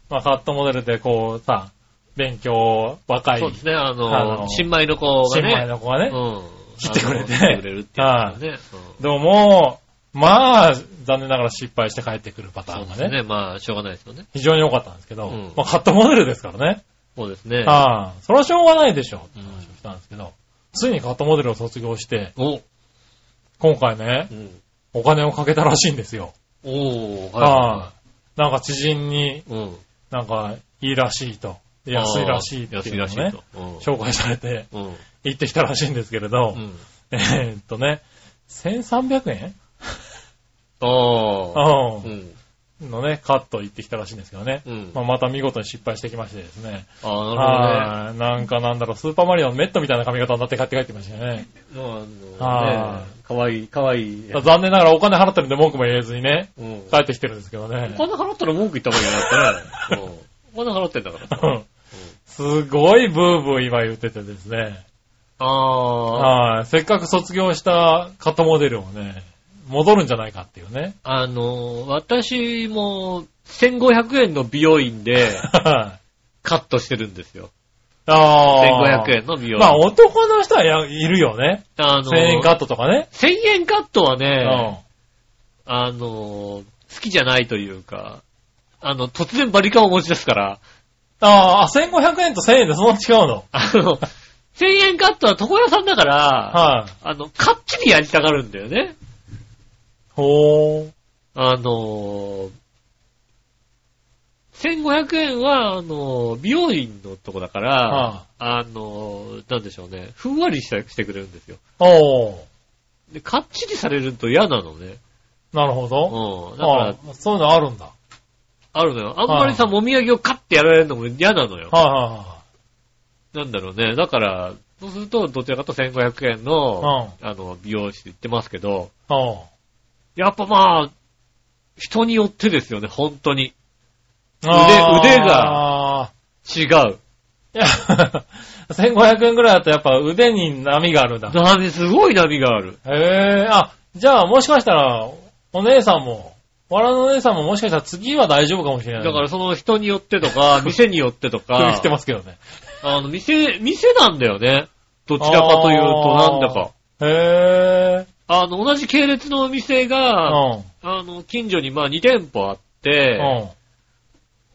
まあ、カットモデルでこうさ、勉強、若い、そうですね、ああのの、新米の子が新ね、米の子がね、うん。切ってくれてあの切ってくれるっていうね。うんどうも、まあ、残念ながら失敗して帰ってくるパタそーうンでがすね、ね。まあ、しょうがないですよね。非常に良かったんですけど、うんまあ、カットモデルですからね、そうですね。ああ、それはしょうがないでしょ、うんしたんですけど、ついにカットモデルを卒業して、お、今回ねう、ん。お金をかけたらしいんですよ。おー、ああなんか知人に、い。うん。なんか、いいらしいと、安いらしいってああ安いいうのをらしいねと、。うん紹介されてうん。行ってきたらしいんですけれど、うん。えーっとね、1300円ああ。う。うんん。のね、カット行ってきたらしいんですけどね。うんま。あ、また見事に失敗してきましてですね。ああ、なはいなんかなんだろう、スーパーマリオのメットみたいな髪型になって帰って帰ってきましたよね。るほどね。もうあのはね、かわいい、かわいい。残念ながらお金払ってるんで文句も言えずにね、うん。帰ってきてるんですけどね。こんな払ったら文句言った方がいいなってね。うんこんな払ってんだから。うんすごいブーブー今言っててですね。ああ。はい。せっかく卒業したカットモデルをね、戻るんじゃないかっていうね。 あの、私も、1500円の美容院 で、はいカットしてるんですよ。ああ。 1500円の美容院。まあ男の人はやいるよね。あの、 1000円カットとかね。 1000円カットはうね、ん。あの、好きじゃないというか、あの、突然バリカンを持ち出すから、ああ、1500円と1000円でその違うの。あ の、1000円カットは床屋さんだから、はい。あの、かっちりやりたがるんだよね。ほー。あの、1500円は、あの、美容院のとこだから、はあの、なんでしょうね、ふんわりしたしてくれるんですよ。おー。で、かっちりされると嫌なのね。なるほど。うん。だからあ、あそういうのあるんだ。あるのよ。あんまりさ、はもみあげをカッてやられるのも嫌なのよ。はいはなんだろうね。だから、そうすると、どちらかと1500円いの、はい。あの、美容師で行ってますけど、うん。おやっぱまあ、人によってですよね、本当に。腕腕が。あ違う。ーいや、1500円ぐらいだとやっぱ腕に波があるんだ。へ波、すごい波がある。え、あ、じゃあもしかしたら、お姉さんも、わらのお姉さんももしかしたら次は大丈夫かもしれなだい。から、その人によってと か、店によってと首か振って、ますけどね。あの、店、店なんだよね。どちらかというと、なんだか。へえ、あの、同じ系列のお店うん。が、あの、近所にまあ2店舗あって、う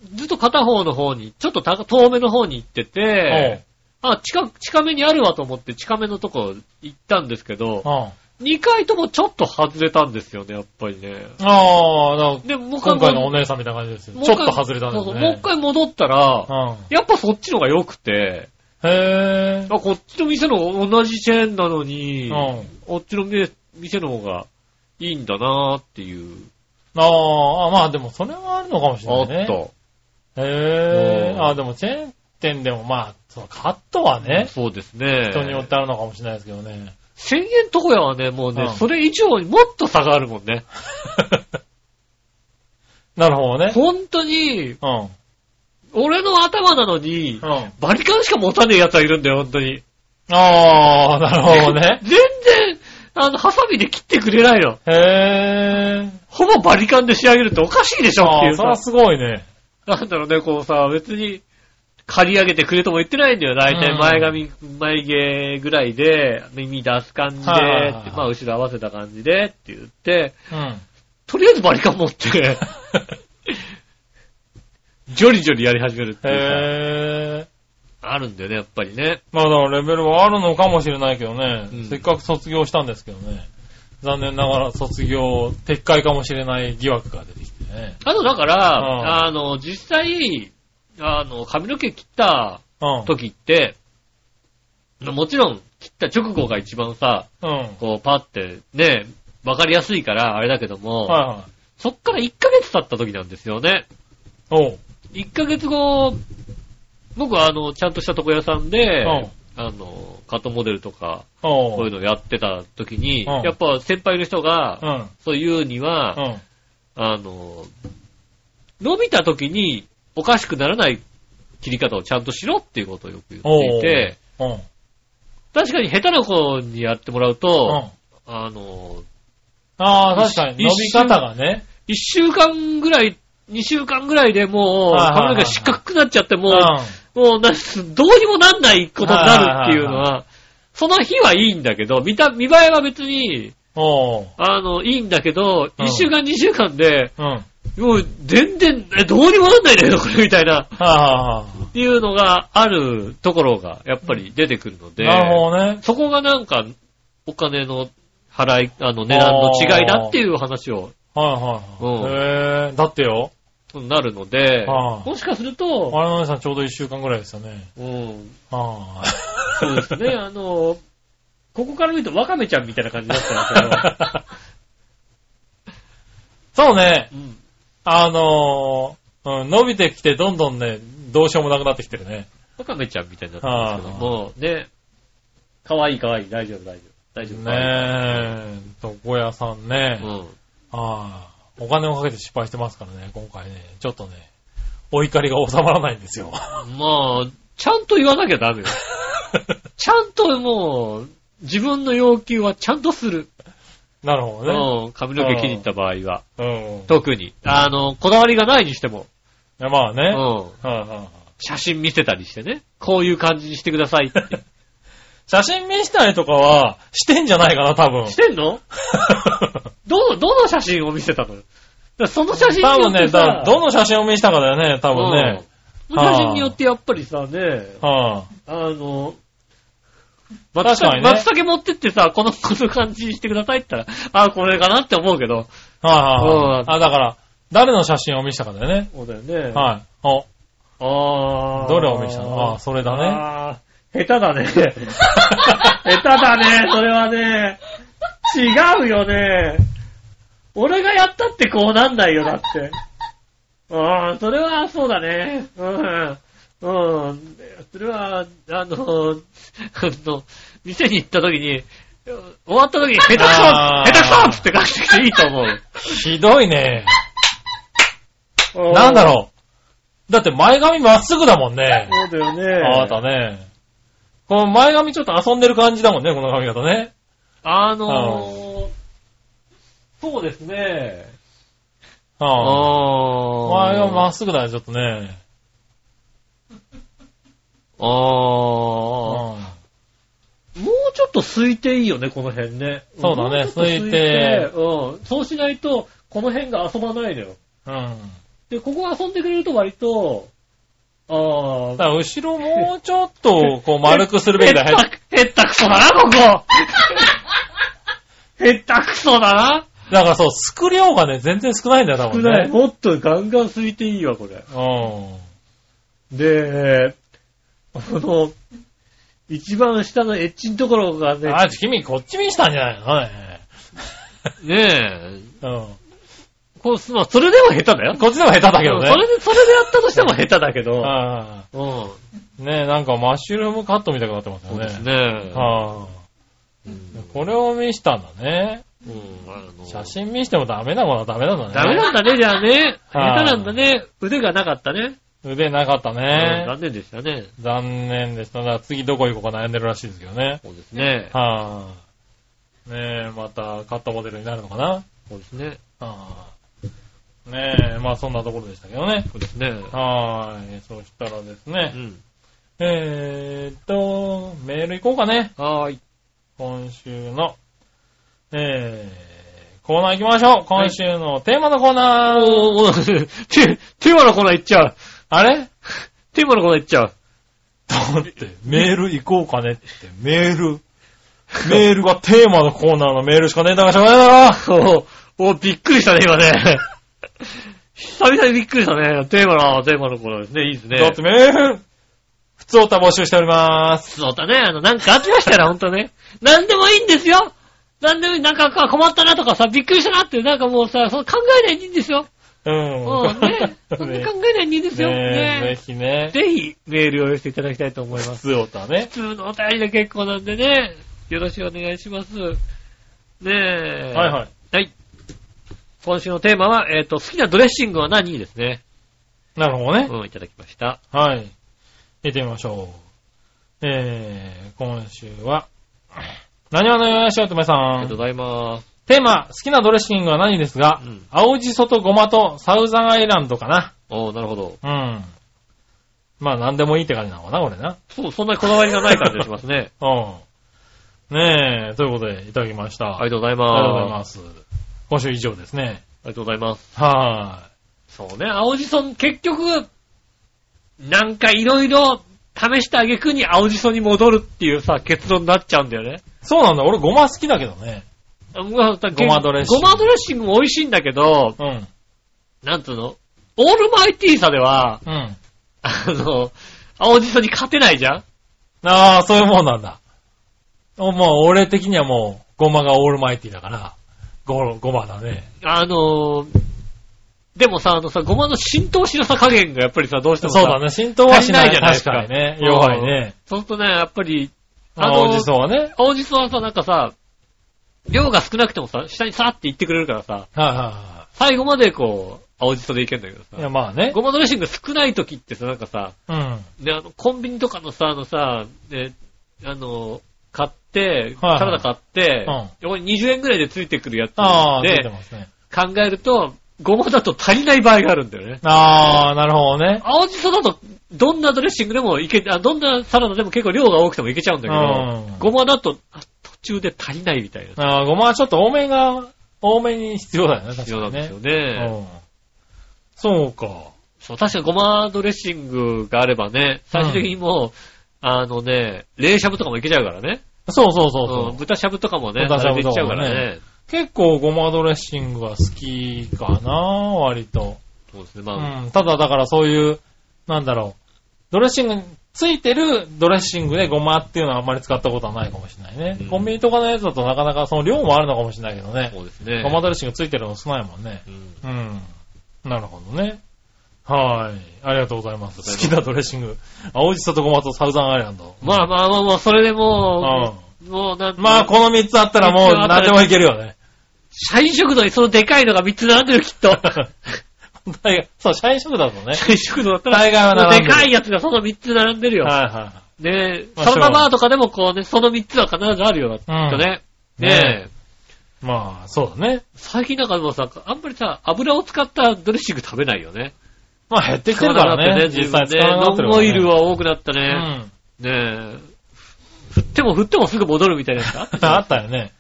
ん。ずっと片方の方に、ちょっと高遠めの方に行ってて、あ、近く、近めにあるわと思って近めのとこ行ったんですけどう、ん。うん。 2回ともちょっと外れたんですよね、やっぱりね。ああ、なんかで、もう一回今回のお姉さんみたいな感じですよ。ちょっと外れたんですそうそうもう一ね。回戻ったら、やっぱそっちのが良くて、うん。へえ。あこっちの店の同じチェーンなのに、うん。こっちの店店の方がいいんだなーっていう。ああ、まあでもそれはあるのかもしれないね。あっへえう。んああ、でもチェーン店でもまあ、そうカットはた。ね、そうですね。人によってあるのかもしれないですけどね。 1000円床屋はね、もうね、うんそれ以上にもっと差があるもんね。なるほどね。本当に、うん。俺の頭なのに、うん。バリカンしか持たねえ奴はいるんだよ、本当に。ああ、なるほど 。ね全然、あの、ハサミで切ってくれないの。へえ。ほぼバリカンで仕上げるっておかしいでしょってあいあ、うそれはさ。すごいね。なんだろうね、こうさ、別に、刈り上げてくれとも言ってないんだよ。大体うん前髪、眉毛ぐらいで、耳出す感じで、はいはいはいまあ後ろ合わせた感じでって言って、うん。とりあえずバリカン持 って、ジョリジョリやり始めるっていうへえ。さ、あるんだよね、やっぱりね。まあだからレベルはあるのかもしれないけどね。うんせっかく卒業したんですけどね。残念ながら卒業撤回かもしれない疑惑が出てきてね。あとだかうんら、あの、実際、あの、髪の毛切ったうん。時って、もちろん切った直後が一番さ、うん。はいこうパってね、わかりやすいからあれだけども、はい。そっから1ヶ月経った時なんですよね。おう。 1ヶ月後、僕はあの、ちゃんとした床屋さんで、うんあの、カットモデルとか、おう。こういうのやってた時に、うんやっぱ先輩の人が、うん。うん。そういうには、あの、伸びた時におかしくならない切り方をちゃんとしろっていうことをよく言っていて、うん。確かに下手な子にやってもらううと、ん。あの、ああ、確かに伸び方がね。 1週間ぐらい、2週間ぐらいでもう、はいはいはい髪の毛が失格になっちゃって、うもん。う、もうな、どうにもなんないことになるっていうのはいは、その日はいいんだけど、見た、見栄えは別に、おう。あの、いいんだけど、うん1週間2週間で、うん。はいもう全然、え、どうにもなんないんだけど、これみたいな。はっていうのがあるところがやっぱり出てくるのいはい。で、なるほどね。そこがなんかお金の払い、あの値段の違いだっていう話をはいはいはい。へえ。だってよ。なるので、あーもしかするあと、れのお姉さんちょうど一週間ぐらいですよね。うん、ああ。そうです ね、あの、ここから見るとワカメちゃんみたいな感じだったんですけそうね。ど、うんあのーうん、伸びてきてどんどんね、どうしようもなくなってきてるね。ワカメちゃんみたいになったんですけども、ね、かわいいかわいい、大丈夫大丈夫、大丈夫。ねえ、床屋さんね。可愛いうんああ、お金をかけて失敗してますからね、今回ね。ちょっとね、お怒りが収まらないんですよ。 まあ、ちゃんと言わなきゃダメよ。ちゃんともう、自分の要求はちゃんとする。なるほどね。うん、髪の毛切りに行った場合は。うん。い特に。あの、こだわりがないにしても。やまあうね。はいん。はい写真見せたりしてね。こういう感じにしてくださいって。写真見せたりとかは、してんじゃないかな、多分し。てんのどの、どの写真を見せたのよ。だからその写真 多によ分ってね、さだどの写真を見せたかだよね、多分ね。うんその写真によってやっぱりさ、ね、はあの、確かにね松茸持ってってさ、この、 この感じにしてくださいって言ったら、ああ、これかなって思うけど。いはいはいはい。うんあ、だから、誰の写真を見せたかだよね。そうだよね。はい。お、ああ。どれを見せたのああ、それだね。あー下手だ ね。下手だね、それはね。違うよね。俺がやったってこうなんないよ、だって。うん、それはそうだね。うん。うん。それは、あの、あの、店に行った時に、終わった時に下手くそ下あ手ーくそっつって返してきていいと思ひどいね。う。 なんだろう。だって前髪まっすぐだもんね。う。そうだよね。あなたね。この前髪ちょっと遊んでる感じだもんね、この髪型ね。あのー、そうですね。はあ、前あ髪あ。まっすぐだよ、ちょっとね。ああ。うもうちょっと空いていいよね、この辺ね。そうだねもうちょっと空いてうん。そうしないと、この辺が遊ばないのよ。ん。うん。で、ここ遊んでくれると割と、あだあ。から後ろもうちょっと、こう丸くするべきだよ。 へったくそだな、ここ下手くそだな。だからそう、すく量がね、全然少ないんだよ、多少分ない。ね。もっとガンガンすいていいわ、これ。うん。で、この、一番下のエッジのところがね、あ、君こっち見したんじゃないのね。ねえ、うこう、まあ、それでも下手だよん。。こっちでも下手だけどうんね。それで、それでやったとしても下手だけど、あうん。あねえ、なんかマッシュルームカットみたいになってますそようですね。ね。はあ、うんこれを見したんだね。うんあの写真見してもダメなものはダメなんだね。ダメなんだね、じゃあね。は下い手なんだね。腕がなかったね。腕なかったうんね。残念でしたね。残念でした。だから次どこ行こうか悩んでるらしいですけどね。そうですね。はあ、ねえ、またカットモデルになるのかな。はそうですね。あ、ねえ、まあそんなところでしたけどね。そうですね。はーい。そしたらですうね。ん。えーっと、メール行こうかね。はーい。 今週の。えー、コーナー行きましょう。今週のテーマのコーナー。おー、テ、テーマのコーナーいっちゃう。あれテーマのコーナーいっちゃう。だって、メール行こうかねって、メール。メールがテーマのコーナーのメールしかねえんだからしょうがないだろおー、おーびっくりしたね、今 ね。久々にびっくりしたね。テーマの、テーマのコーナーですね。いいですね。だってメール、普通歌募集しております。そうだね。あの、なんかあきましたら、ほんとね。なんでもいいんですよなんでもいい。なんか困ったなとかさ、びっくりしたなって、なんかもうさ、そう考えないでいいんですよ。うん。。うん、ねそんねな考えないでいいですよ。 ねねぜひね。ぜひ、メールを寄せていただきたいと思いま普す。通歌ね。普通のお便りで結構なんでね、よろしくお願いします。ねえ。はいはいい。。はい。今週のテーマは、えっ、と、好きなドレッシングは何ですね。なるほどね。うん、いただきました。はい。見てみましょう。えー、今週は、何話のよやしおとめさ。ありがとうんございます。テーマ、好きなドレッシングは何ですが、うん青じそとごまとサウザンアイランドかな。おー、なるほど。うん。まあ、なんでもいいって感じなのかな、これな。そう、そんなにこだわりがない感じがします ね。うん。ねえ、ということで、いただきました。ありがとうございありがとうございます。ます。今週以上ですね。ありがとうございます。はそうね、青じそ、結局、なんかいろいろ試してあげくに青じそに戻るっていうさ、結論になっちゃうんだよね。い。そうなんだ、俺ごま好きだけどね。ごまドレごまドレッシンごグまドレッシングも美味しいんだけど、うん。なんつうのオールマイティーさでは、うん。あの、青じそに勝てないじゃんああ、そういうもんなんだ。おもう、俺的にはもう、ごまがオールマイティだから、ご、ごまだね。あの、でもさ、あのさ、ごまの浸透しなさ加減がやっぱりさ、どうしてそうもさ、だね、浸透はしない足りない確じゃかないにですかね。弱いね。そうするとね、やっぱり、あの青じそはね。青じそはさ、なんかさ、量が少なくてもさ、下にさーっていってくれるからさ、はいはいは最後までこう、青じそでいけんだけどい。いや、さ。まあね。ごまドレッシング少ない時ってさ、なんかさ、うん。ね、あの、コンビニとかのさ、あのさ、ね、あの、買って、はいはいサラダ買って、うん横に20円ぐらいでついてくるやつああ、出てでますね。考えると、ごまだと足りない場合があるんだよね。ああ、なるほどね。青じそだと、どんなドレッシングでもいけ、あどんなサラダでも結構量が多くてもいけちゃうんだけうんど、ごまだと、あ途中で足りないみたいな。ああ、ごまはちょっと多めが、多めに必要だよね、確必要かなにんですねよ。ね。うんそうか。そう、確かにごまドレッシングがあればね、最終的にもう、あのね、冷しゃぶとかもいけちゃうからね。そうそうそうそう、ん豚しゃぶとかもね、豚しゃあれでぶといっちかゃうもねからね。結構ごまドレッシングは好きかな、割と。そうですね、まあ、うん。ただだからそういう、なんだろう。ドレッシングについてるドレッシングでごまっていうのはあんまり使ったことはないかもしれないね。うんコンビニとかのやつだとなかなかその量もあるのかもしれないけどね。そうですね。ごまドレッシングついてるの少ないもんね。うんうん。なるほどね。はい。ありがとうございます。好きなドレッシング。青じそとごまとサウザンアイランド。まあまあまあまあ、それでもうう、もうなんん。まあ、この3つあったらもう何でもいけるよね。 社員食堂にそのでかいのが3つ並んでる、きっと。大概そう、社員食だとね。社員食堂だったら、大概は並んででるかいやつがその3つ並んでるよ。はいはい。ねまあサラダバーとかでもこうね、その3つは必ずあるよな、きっとね。うんねえ。まあ、そうだね。最近なんかでもさ、あんまりさ、油を使ったドレッシング食べないよね。まあ、減ってきてるからね。使実わな際く使なわなくなっっててねノるンからオね。イルは多くなったうね。ん。ねえ。振っても振ってもすぐ戻るみたいなやつあったじゃんあったよね。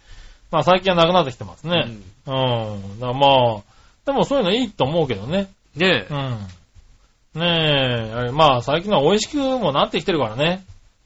まあ、最近はなくなってきてます ね。うん。だからまあ、でもそういうのいいと思うけどね。ねうん。ねえ、あれまあ、最近は美味しくもなってきてるからね。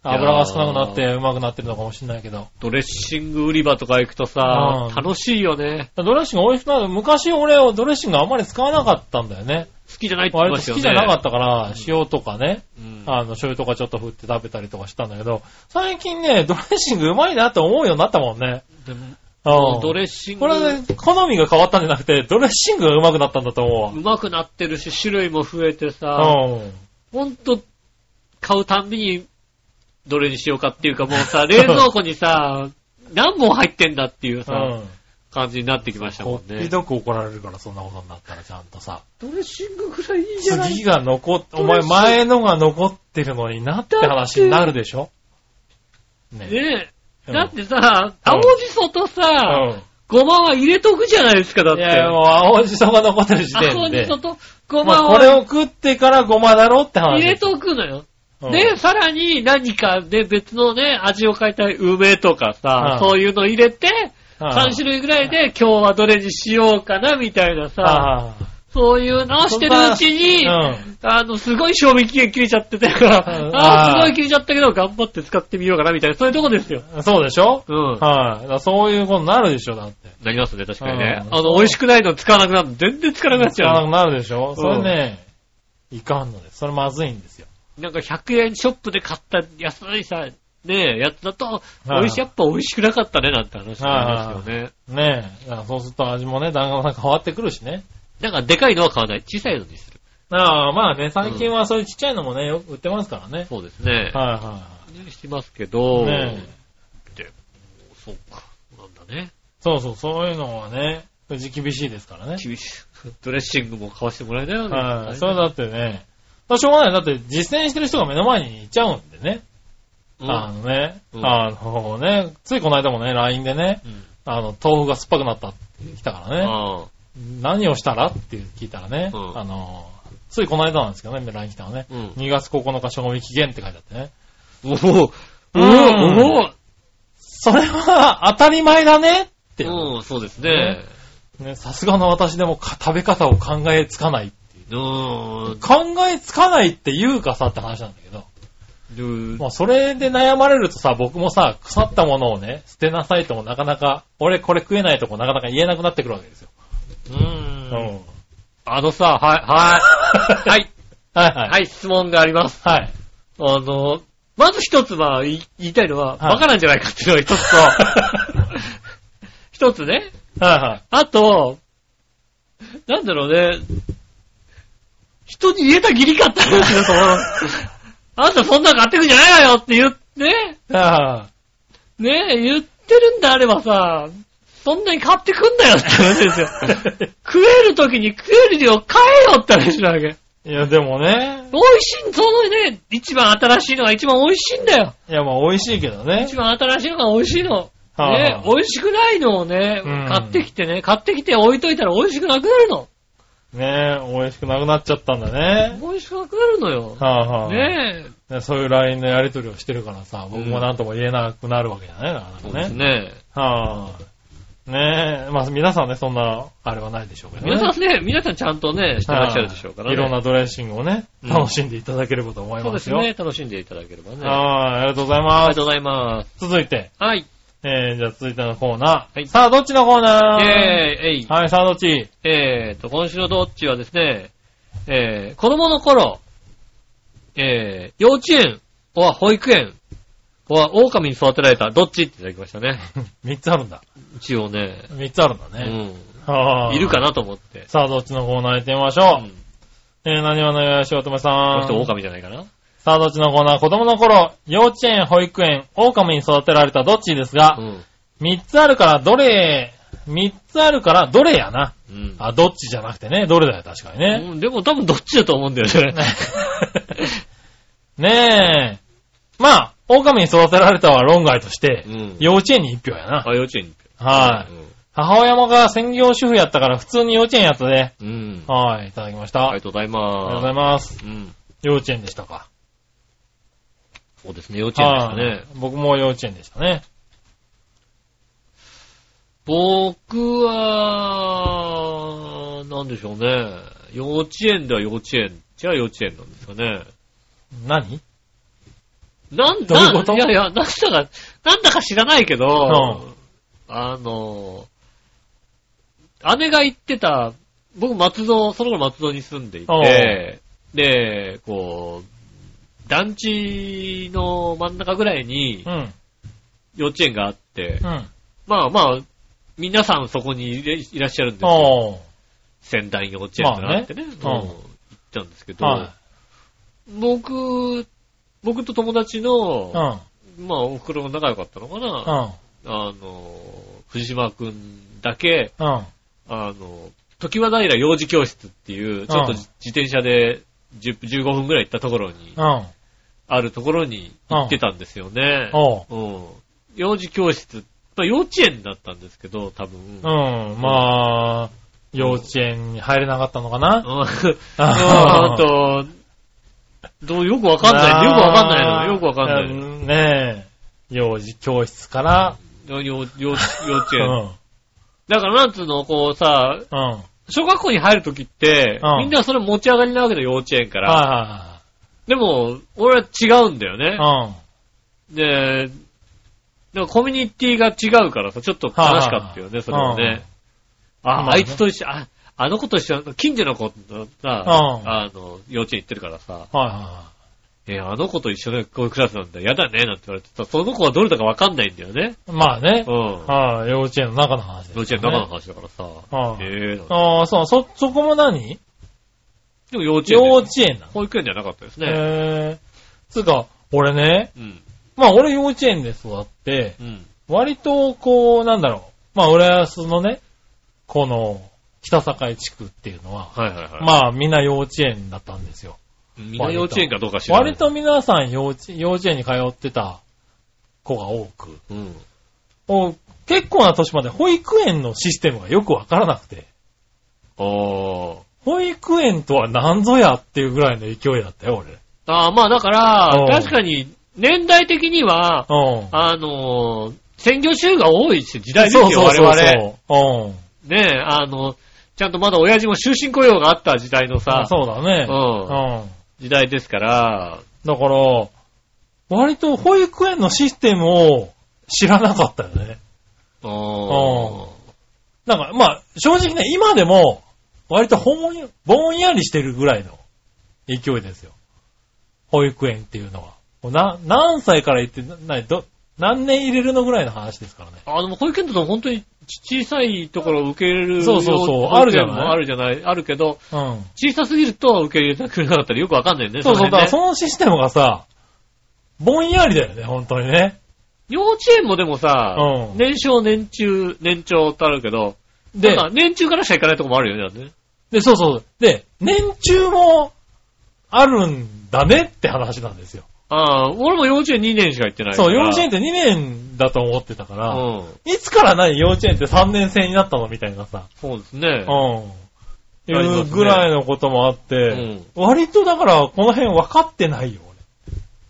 油が少なくなってうまくなってるのかもしれないけど。ドレッシング売り場とか行くとさう、ん楽しいよね。ドレッシング美味しくなる。昔俺はドレッシングあんまり使わなかったんだよね。好きじゃないって言って割まとしたよ好ね。きじゃなかったから、塩とかね、うんあの、醤油とかちょっと振って食べたりとかしたんだけど、最近ね、ドレッシングうまいなって思うようになったもんね。でもうん。ドレッシング。これはね、好みが変わったんじゃなくて、ドレッシングがうまくなったんだと思うわうまくなってるし、種類も増えてさ、うん。ほんと、買うたんびに、どれにしようかっていうか、もう さ、冷蔵庫にさ、何本入ってんだっていうさ、うん。感じになってきましたもこんっぴね。どく怒られるから、そんなことになったらちゃんとさ。ドレッシングくらいいいじゃない次が残っ、お前前のが残ってるのになって話になるでしょねねうえ。んだってさ、うん青じそとうさ、ん。ごまは入れとくじゃないですか、だっいて。や、もう青じそが残ってる時青点じでそ。とごまあまこれをを食ってからごまだろって話。入れとくのよ。うん、で、さらに何かで別のね、味を変えたい梅とかさ、うんそういうの入れて、うん3種類ぐらいで今日はどれにしようかなみたいなさ、ああそういうのをしてるうちに、うんあの、すごい賞味期限切れちゃってたから、う んあああ、ーすごい切れちゃったけど頑張って使ってみようかなみたいな、そういうとこですよ。そうでしょうん。はい。だからそういうことになるでしょ、だって。なりますね、確かにね。うんあの、美味しくないの使わなくなるの全然使わなくなっち使わゃなう。くなるでしょそれうんね、いかんのです。それまずいんですよ。なんか100円ショップで買った安いさ、ねえ、やつだと、美はい味しい、やっぱ美味しくなかったね、なんて話になりますよね。ねえ。だからそうすると味もね、だんだん変わってくるしね。だからでかいのは買わない。小さいのにする。ああ、まあね、最近はそういうちっちゃいのもね、よく売ってますからね。そうですね。はいはい。してますけど、ねで、そうか。なんだね。そうそう、そういうのはね、うち厳しいですからね。厳しい。ドレッシングも買わしてもらえないよね。は大い。変それだってね、しょうがない。だって実践してる人が目の前にいちゃうんでね。うんあのね、うんあのね、ついこの間もね、LINE でね、うんあの、豆腐が酸っぱくなったって来たからね。あ何をしたらって聞いたらね、うんあの、ついこの間なんですけどね、LINE 来たのね、うん2月9日賞味期限って書いてあってね。おおおうんおおそれは当たり前だねっていううん、そうですね。ねさすがの私でもか食べ方を考えつかない。うん。考えつかないっていうかさって話なんだけど、うんまあそれで悩まれるとさ、僕もさ、腐ったものをね、捨てなさいともなかなか、俺これ食えないとこなかなか言えなくなってくるわけですよ。うんうん。はいあのさ、 はい、はい。はい、はい。はい、質問があります。はい。あの、まず一つは、い言いたいのは、はいバカなんじゃないかっていうのが一 つと、一つね。はいはい。あと、なんだろうね、人に言えた義理かった話だと思う。あんたそんなの買ってくんじゃないわよって言って、あね、言ってるんであればさ、そんなに買ってくんだよって話です よ。食える時に食える量買えよって話なわけ。あ。いや、でもね、美味しい、そのね、一番新しいのが一番美味しいんだよ。いや、まあ美味しいけどね一。番新しいのが美味しいの。はいね、美味しくないのをね、うん買ってきてね、買ってきて置いといたら美味しくなくなるの。ねえ、美味しくなくなっちゃったんだね。美味しくなくなるのよ。はいはい、ねえ。ねそういう LINE のやりとりをしてるからさ、僕もなんとも言えなくなるわけじゃないなかなかね。ね。はい、ねえ、まあ皆さんね、そんな、あれはないでしょうけどね。皆さんね、皆さんちゃんとね、してらっしゃるでしょうからね。はいいろんなドレッシングをね、うん楽しんでいただければと思いそうまですすよ。ね、楽しんでいただければね。あはい、ありがとうございりまがす。とうございます。続いて、はい。えー、じゃあ続いてのコーナー。はいさあ、どっちのコーえナーー、えい。はい、さあ、どっちえーと、今週のどっちはですね、えー、子供の頃、えー、幼稚園、おは保育園、おは狼に育てられた、どっちっていただきましたね。 ?3 つあるんだ。一応ね、 3つあるんだうね。ん。はいるかなと思って。さあ、どっちのコーナー行ってみましょう。うん。えー、何話のよしおとめさこの人。ん狼じゃないかな。さあ、どっちのコーナー子供の頃、幼稚園、保育園、狼に育てられたどっちですうが、ん。三つあるからどれ、三つあるからどれやな。うん。あ、どっちじゃなくてね、どれだよ、確かにね。うんでも多分どっちだと思うんだよね。 ねえ。まあ、狼に育てられたは論外として、うん幼稚園に一票やな。あ、幼稚園に。はい。母親もが専業主婦やったから普通に幼稚園やったね。うん。うん。あはい、いただきました。りありがとうございがとうまごす。ざいます。うん。幼稚園でしたか。そうですね、幼稚園でしたはいね。僕も幼稚園でしたね。僕は、なんでしょうね。幼稚園では幼稚園。じゃあ幼稚園なんですかね。何うなんどういうこだ、といやいや、なんだか、なんだか知らないけど、うあの、姉が行ってた、僕松戸、その頃松戸に住んでいて、で、こう、団地の真ん中ぐらいにうん。幼稚園があって、うん。まあまあ、皆さんそこにいれいらっしゃるんですよ。おー。仙台幼稚園とかあってね、まあうねんう行んったんですけど、は僕、僕と友達い。のう、ん。まあ、お袋が仲良かったのかうな、ん。あの、藤島くんだけ、うん。あの、時和平幼児教室っていう、ちょっとうん自転車で10 15分ぐらい行ったところに、うん。あるところに行ってたんですよね。おう。うん幼児教室、まあ、幼稚園だったんですけど、多分。うん。まあ、幼稚園に入れなかったのかなうんあと、どうよくわかんない。よくわかんないの。よくわかんないの。い。ねえ。幼児教室から、幼 幼幼稚う園。ん。だからなんつうの、こうさ、うん。はい小学校に入るときって、うんみんなそれ持ち上がりなわけだよ、幼稚園から。はでも、俺は違うんだよいね。はい。で、でもコミュニティが違うからさ、ちょっと悲しかったよね、それはね。あ、まあねあいつと一緒、あ、あの子と一緒、近所の子とさ、うんあの、幼稚園行ってるからさ、うん。はいはえ、あの子と一緒のこういうクラスなんだ、やだね、なんて言われてさ、その子はどれだかわかんないんだよね。い。まあねうん。。はい。幼稚園の中の話です幼ね。稚園の中の話だからさ、うんええなんてああ、そう、そ、そこも何でも幼稚園幼で、稚園なの保育園じゃなかったですね。へえ。つうか、俺ね、うん、まあ俺幼稚園で育って、うん。割とこう、なんだろう。まあ俺はそのね、この、北境地区っていうのは、はいはいはい。まあみんな幼稚園だったんですよ。みんな幼稚園かどうか知らない。割と皆さん幼稚幼稚園に通ってた子が多く、うん。お結構な年まで保育園のシステムがよくわからなくて、あ保育園とは何ぞやっていうぐらいの勢いだったよ、俺。あ。ああ、まあだからうん、確かに、年代的には、うん。あのー、専業主婦が多い時代ですそうよ、そう我そう々。そう。うん。ねえ、あの、ちゃんとまだ親父も終身雇用があった時代のさ、あそうだね。うんうん。時代ですから、だから、割と保育園のシステムを知らなかったよね。ううんなんか、まあ、正直ね、今でも、割とほんや、ぼんやりしてるぐらいの勢いですよ。保育園っていうのは。もうな、何歳から行って、な、など、何年入れるのぐらいの話ですからね。あの、保育園だと本当にち小さいところを受け入れる。そうそうそうよあるじゃない保育園もあるじゃない。あるけど、う小さすぎると受け入れたくれなかったりよくわかんないよね。ん。そうそのう、だから辺ねそのシステムがさ、ぼんやりだよね、本当にね。幼稚園もでもさ、うん年少、年中、年長ってあるけど、でなんか年中からしか行かないとこもあるよね、だってね。で、そうそう。で、年中もあるんだねって話なんですよ。ああ、俺も幼稚園2年しか行ってないから。そう、幼稚園って2年だと思ってたから、うん。いつから何幼稚園って3年生になったのみたいなさ、そうですね。うん。いありますねうぐらいのこともあって、うん割とだからこの辺分かってないよ、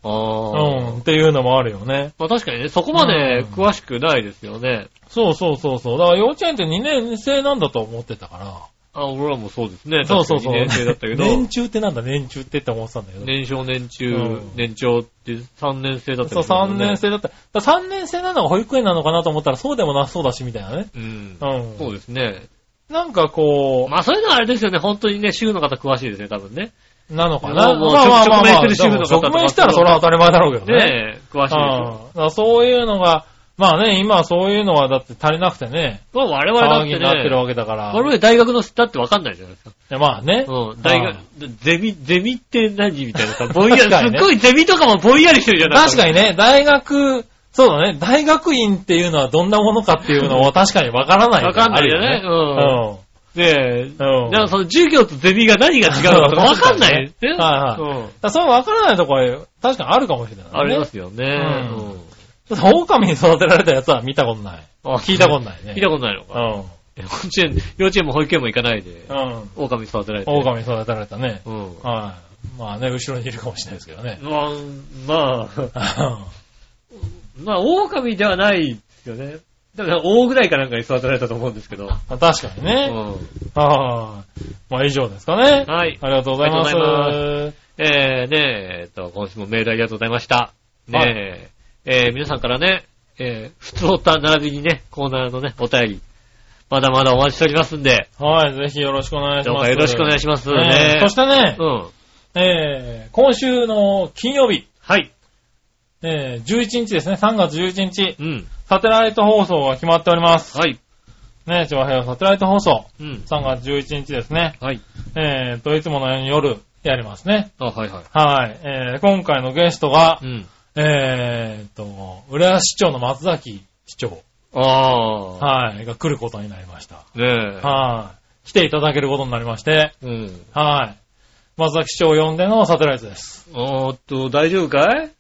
ああ。俺。うん、っていうのもあるよね。まあ確かにね、そこまで詳しくないですよね。そうそうそうそう。だから幼稚園って2年生なんだと思ってたから。あ俺らもそうですね。そうそうそ確う。かに2年生だったけど。年中ってなんだ、年中ってって思ってたんだけど。年少年中、うん年長って3年生だったそう、3年生だった。だ3年生なのが保育園なのかなと思ったらそうでもなそうだし、みたいなね。生。うん。うん。そうですね。なんかこまあそういうのはあれですよね。本当にね、州の方詳しいですね、多分ね。う、なのかな。もうまあまあまあ直まあ面してる主婦の方とか直面したらそれは当たり前だろうけどね。ねえ、詳しいでしょ。うんだからそういうのが、まあね、今はそういうのはだって足りなくてね、まあ我々だっ騒てぎね、になってるわけだから。我々大学のだってわかんないじゃないですか。いやまあね。うん。大学あ、ゼミ、ゼミって何みたいなさ、ぼんやり、確かにねすっごいゼミとかもぼんやりしてるじゃない確かにね、大学、そうだね、大学院っていうのはどんなものかっていうのを確かにわからない。わかんないよね。あるうよん。ね。ねえ。うん。うん。なんかその授業とゼミが何が違うのかわかんない。ね。はいはいうん。だからそうわからないところ確かにあるかもしれない、ね。ありますよね。ううんん。だって狼に育てられたやつは見たことない。聞いたことい。ないね。聞いたことないのか。幼稚園、幼稚園も保育園も行かないでう、ん。うん。狼育てられて。。狼に育てられたね。うん。はい。まあね、後ろにいるかもしれないですけどね。まあ、まあ、まあ、狼ではないですよね。だから、大ぐらいかなんかに育てられたと思うんですけど。あ 確かにうね。ん。はい。まあ以上ですかね。はい。ありがとうございます。ありがとうございえー、ねえ、えっと、今週もメールありがとうございました。ねえ、えー皆さんからね、えー、普通おた並びにね、コーナーのね、お便り、まだまだお待ちしておりますんで、はい、ぜひよろしくお願いしどうまかす。よろしくお願いしますね。えーそしてねう、ん。えー今週の金曜日、はい。えー11日ですね、3月11日、うん。サテライト放送が決まっております。はい。ね、調和平和サテライト放送、うん。 3月11日ですね。はい。えーと、いつものように夜やりますね。あ、はいはい。はい。えー今回のゲストがう、ん。えーと、浦安市長の松崎市長、ああ。はい、が来ることになりました。ねえ。はい。来ていただけることになりまして、うん。はい。松崎市長を呼んでのサテライトです。おーっと、大丈夫かい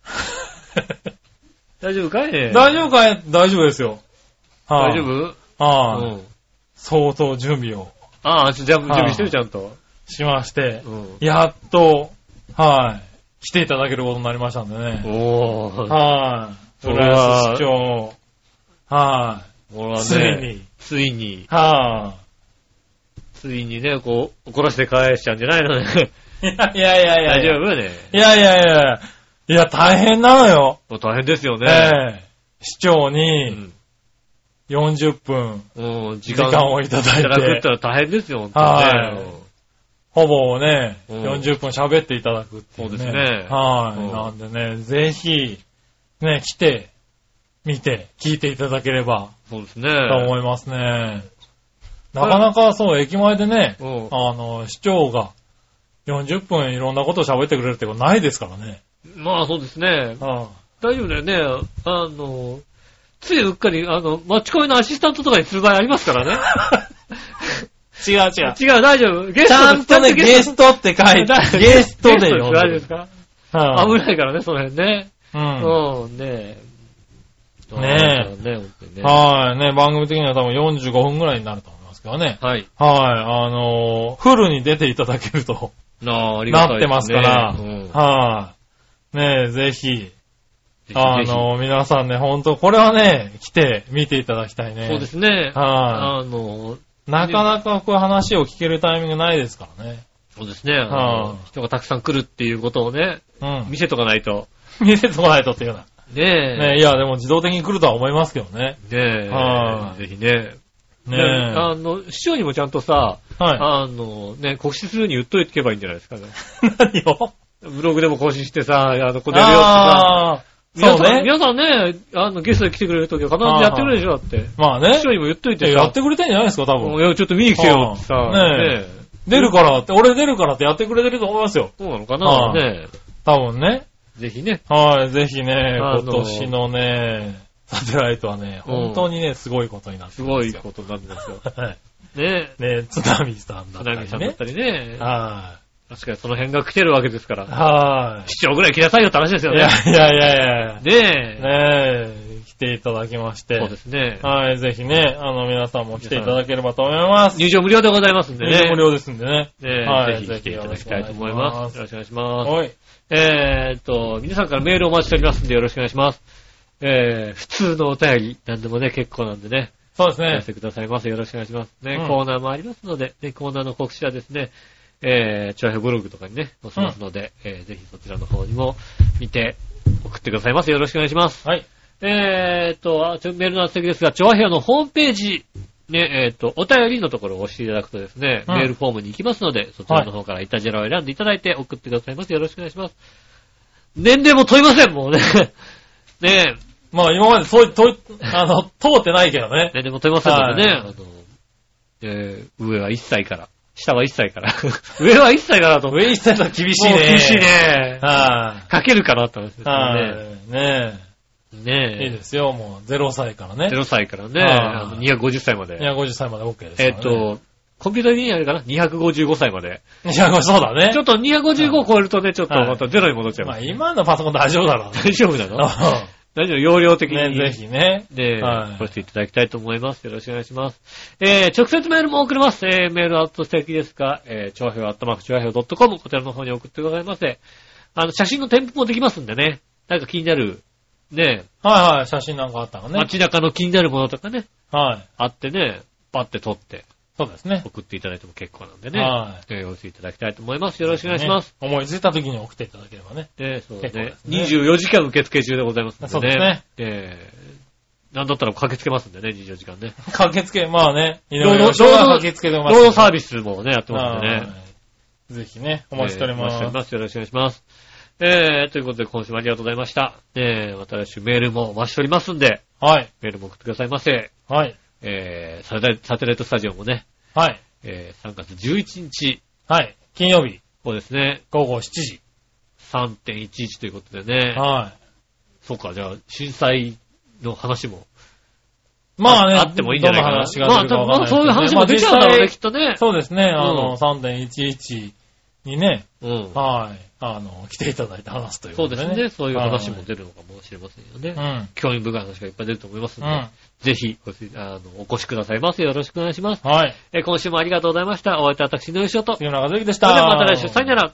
大丈夫かいね大丈夫かい大丈夫ですよ。は大い丈夫はい、うん。相当準備をああ、じゃあ準はい備してるちゃんと。しましてう、ん。やっと、はい。来ていただけることになりましたんでね。おー。はい。それ浦は安市長、はほらねい。つい。に、ついに、はついにね、こう、怒らせて返しちゃうんじゃないのね。 い。いやいやいやいや。大丈夫ね。いやいやいや。いや、大変なのよ。もう大変ですよえね。え市長うにん。 40分、うん時時間間をいただいい、ただくってたら大変ですよ、本はい当にね。ほぼね、うん40分喋っていただくっていう、そね。うですねはい。うんなんでね、ぜひ、ね、来て、見て、聞いていただければそうですと思ね。いますね。なかなかそう、駅前でね、うんあの、市長が40分いろんなことを喋ってくれるってことないですからね。まあそうですね。は大丈夫だよね。あの、ついうっかり、あの、マッチコイのアシスタントとかにする場合ありますから ね。い違う違う。違う、大丈夫。ゲストちゃんとね、ゲストって書 いて、ゲストで呼呼んんででるる。すかはい危ないからね、その辺ね。う。うんん、ねえ。ねえ。ねえ、ねはい。ね、番組的には多分45分ぐらいになると思いますけどね。はい。はい。あのーフルに出ていただけると、なあ、ありがたないっでてねますから。うんはい。ねぜひ、ぜひぜひあのー皆さんね、ほんと、これはね、来て見ていただきたいね。そうですね。はあの、い。なかなかこういう話を聞けるタイミングないですからね。そうですね。あはのい人がたくさん来るっていうことをね、うん見。せとかないと。見せてこないとっていうような。ねねいや、でも自動的に来るとは思いますけどね。え。ねはえ。ぜひね。ねあの、市長にもちゃんとさ、はあの、ね、告知するように言っといてけばいいんじゃないですかね。い。 何をブログでも更新してさ、あの、ここでやるよってさ。ああー、皆そうさん、ね。皆さんね、あの、ゲストで来てくれるときは必ずやってくれるでしょ、だって。まあね市長。にも言っといてさやってくれてんじゃないですか、多うん分。いや、ちょっと見に来てよってさ。はいねええ出るからって、俺出るからってやってくれてると思いますよ。そうなのかなはあね多分ね。えぜひね。はい、ぜひね、あの今年のね、サテライトはね、うん本当にね、すごいことになってすまごすいよ。ことになってますよ。はい。ねえ。 ね、津波さんだ田った中さりんだっねた。りね。は確かにその辺が来てるわけですかい。ら。は市長ぐらい来なさいよって話ですい。よいねや。いやいやいねえや。。ねえ、来ていただきまして。そうですね。はい、ぜひね、あの、皆さんも来ていただければと思います。入場無料でございますんでね。無料ですんでね。ねえ、はぜいひ来ていただきたいと思います。よぜろしくお願いします。はい。えーっと、皆さんからメールをお待ちしておりますんでよろしくお願いします。えー、普通のお便り、なんでもね、結構なんでね、そうですお寄ね。せくださいませ。よろしくお願いします。ね、うんコーナーもありますので、ね、コーナーの告知はですね、えー、長編ブログとかにね、載せますので、えーぜひそちらの方にも見て、送ってくださいませ。よろしくお願いします。はい。えーっと、あちょメールの宛先ですが、調和平和のホームページ、ね、えーっと、お便りのところを押していただくとですね、うんメールフォームに行きますので、そちらの方からイタジェラを選んでいただいて送ってくださいませ。よろしくお願いします。年齢も問いません、もうね。 ねまあ今までそう、とい、あの、通ってないけどね。年齢も問いませんのでね、はいあの、えー上は1歳から、下は1歳から、 上は1歳からだと、上一歳は厳しいもうね。厳しい。ね。はかけるかなって話ですい。よね。はい。ねえ。いねいですよ、もう。0歳からえ、ね。 0歳からね、はいあの250歳まで。 250歳まで OK ですからえね。っ。と、コンピューター的にあれかな ?255 歳まで。 250、そうだ ね。ちょっと255を超えるとね、ちょっとまたゼロに戻っちゃいままあす。今のパソコン大丈夫だろう大丈夫なのね。 大丈夫容量的に。ね、ぜひね。で、はいポしていただきたいと思います。よろしくお願いします。えー、直接メールも送れます。えー、メールアット素敵ですか、えー、長編アットマーク長編 .com、こちらの方に送ってくださいませ。あの、写真の添付もできますんでね。なんか気になる、ね、はいはい、写真なんかあったのね。街中の気になるものとかね、はい。あってね、パッて撮って、そうですね。送っていただいても結構なんでね。。はいえー、お寄せいただきたいと思います。よろしくお願いします。ね思いついた時に送っていただければね。えーそうですね結。構です24時間受付中でございますんでね。そうですね。えー、なんだったら駆けつけますんでね、24時間ね。駆けつけ、まあね、い労ろいろ働、人労が働、駆けつけて労ます。働サービスもね、やってますんでね。はいぜひね、お待ちしておりえまーお待ちしております。よす。ろしくお願いします。えー、ということで今週もありがとうございました。えー、また来週メールもお待ちしておりますんで、はい。メールも送ってくださいませ。はい。えー、サテラサテライトスタジオもね、はい。えー、3月11日、はい。金曜日、こうですね、午後7時。 3.11ということでね。はそうか、じゃあ、震災の話も。い。まあね、あってもいいんじゃないかな。どの話が出るかわかんまなあ、いそういう話もできちゃうんだろうね、きっとね。そうですね、あの、うん3.11にね、うん。はい、あの、来ていただいて話すというそこうとでで、すね。ね。そういう話もはい出るのかもしれませんよね。うん。興味深い話がいっぱい出ると思いますうので、ぜん。ひおしあの、お越しくださいませ。よろしくお願いします。はい。えー今週もありがとうございました。お会いいた私、のよしおと。それ杉村和之でしでた。はまた来週、さよなら。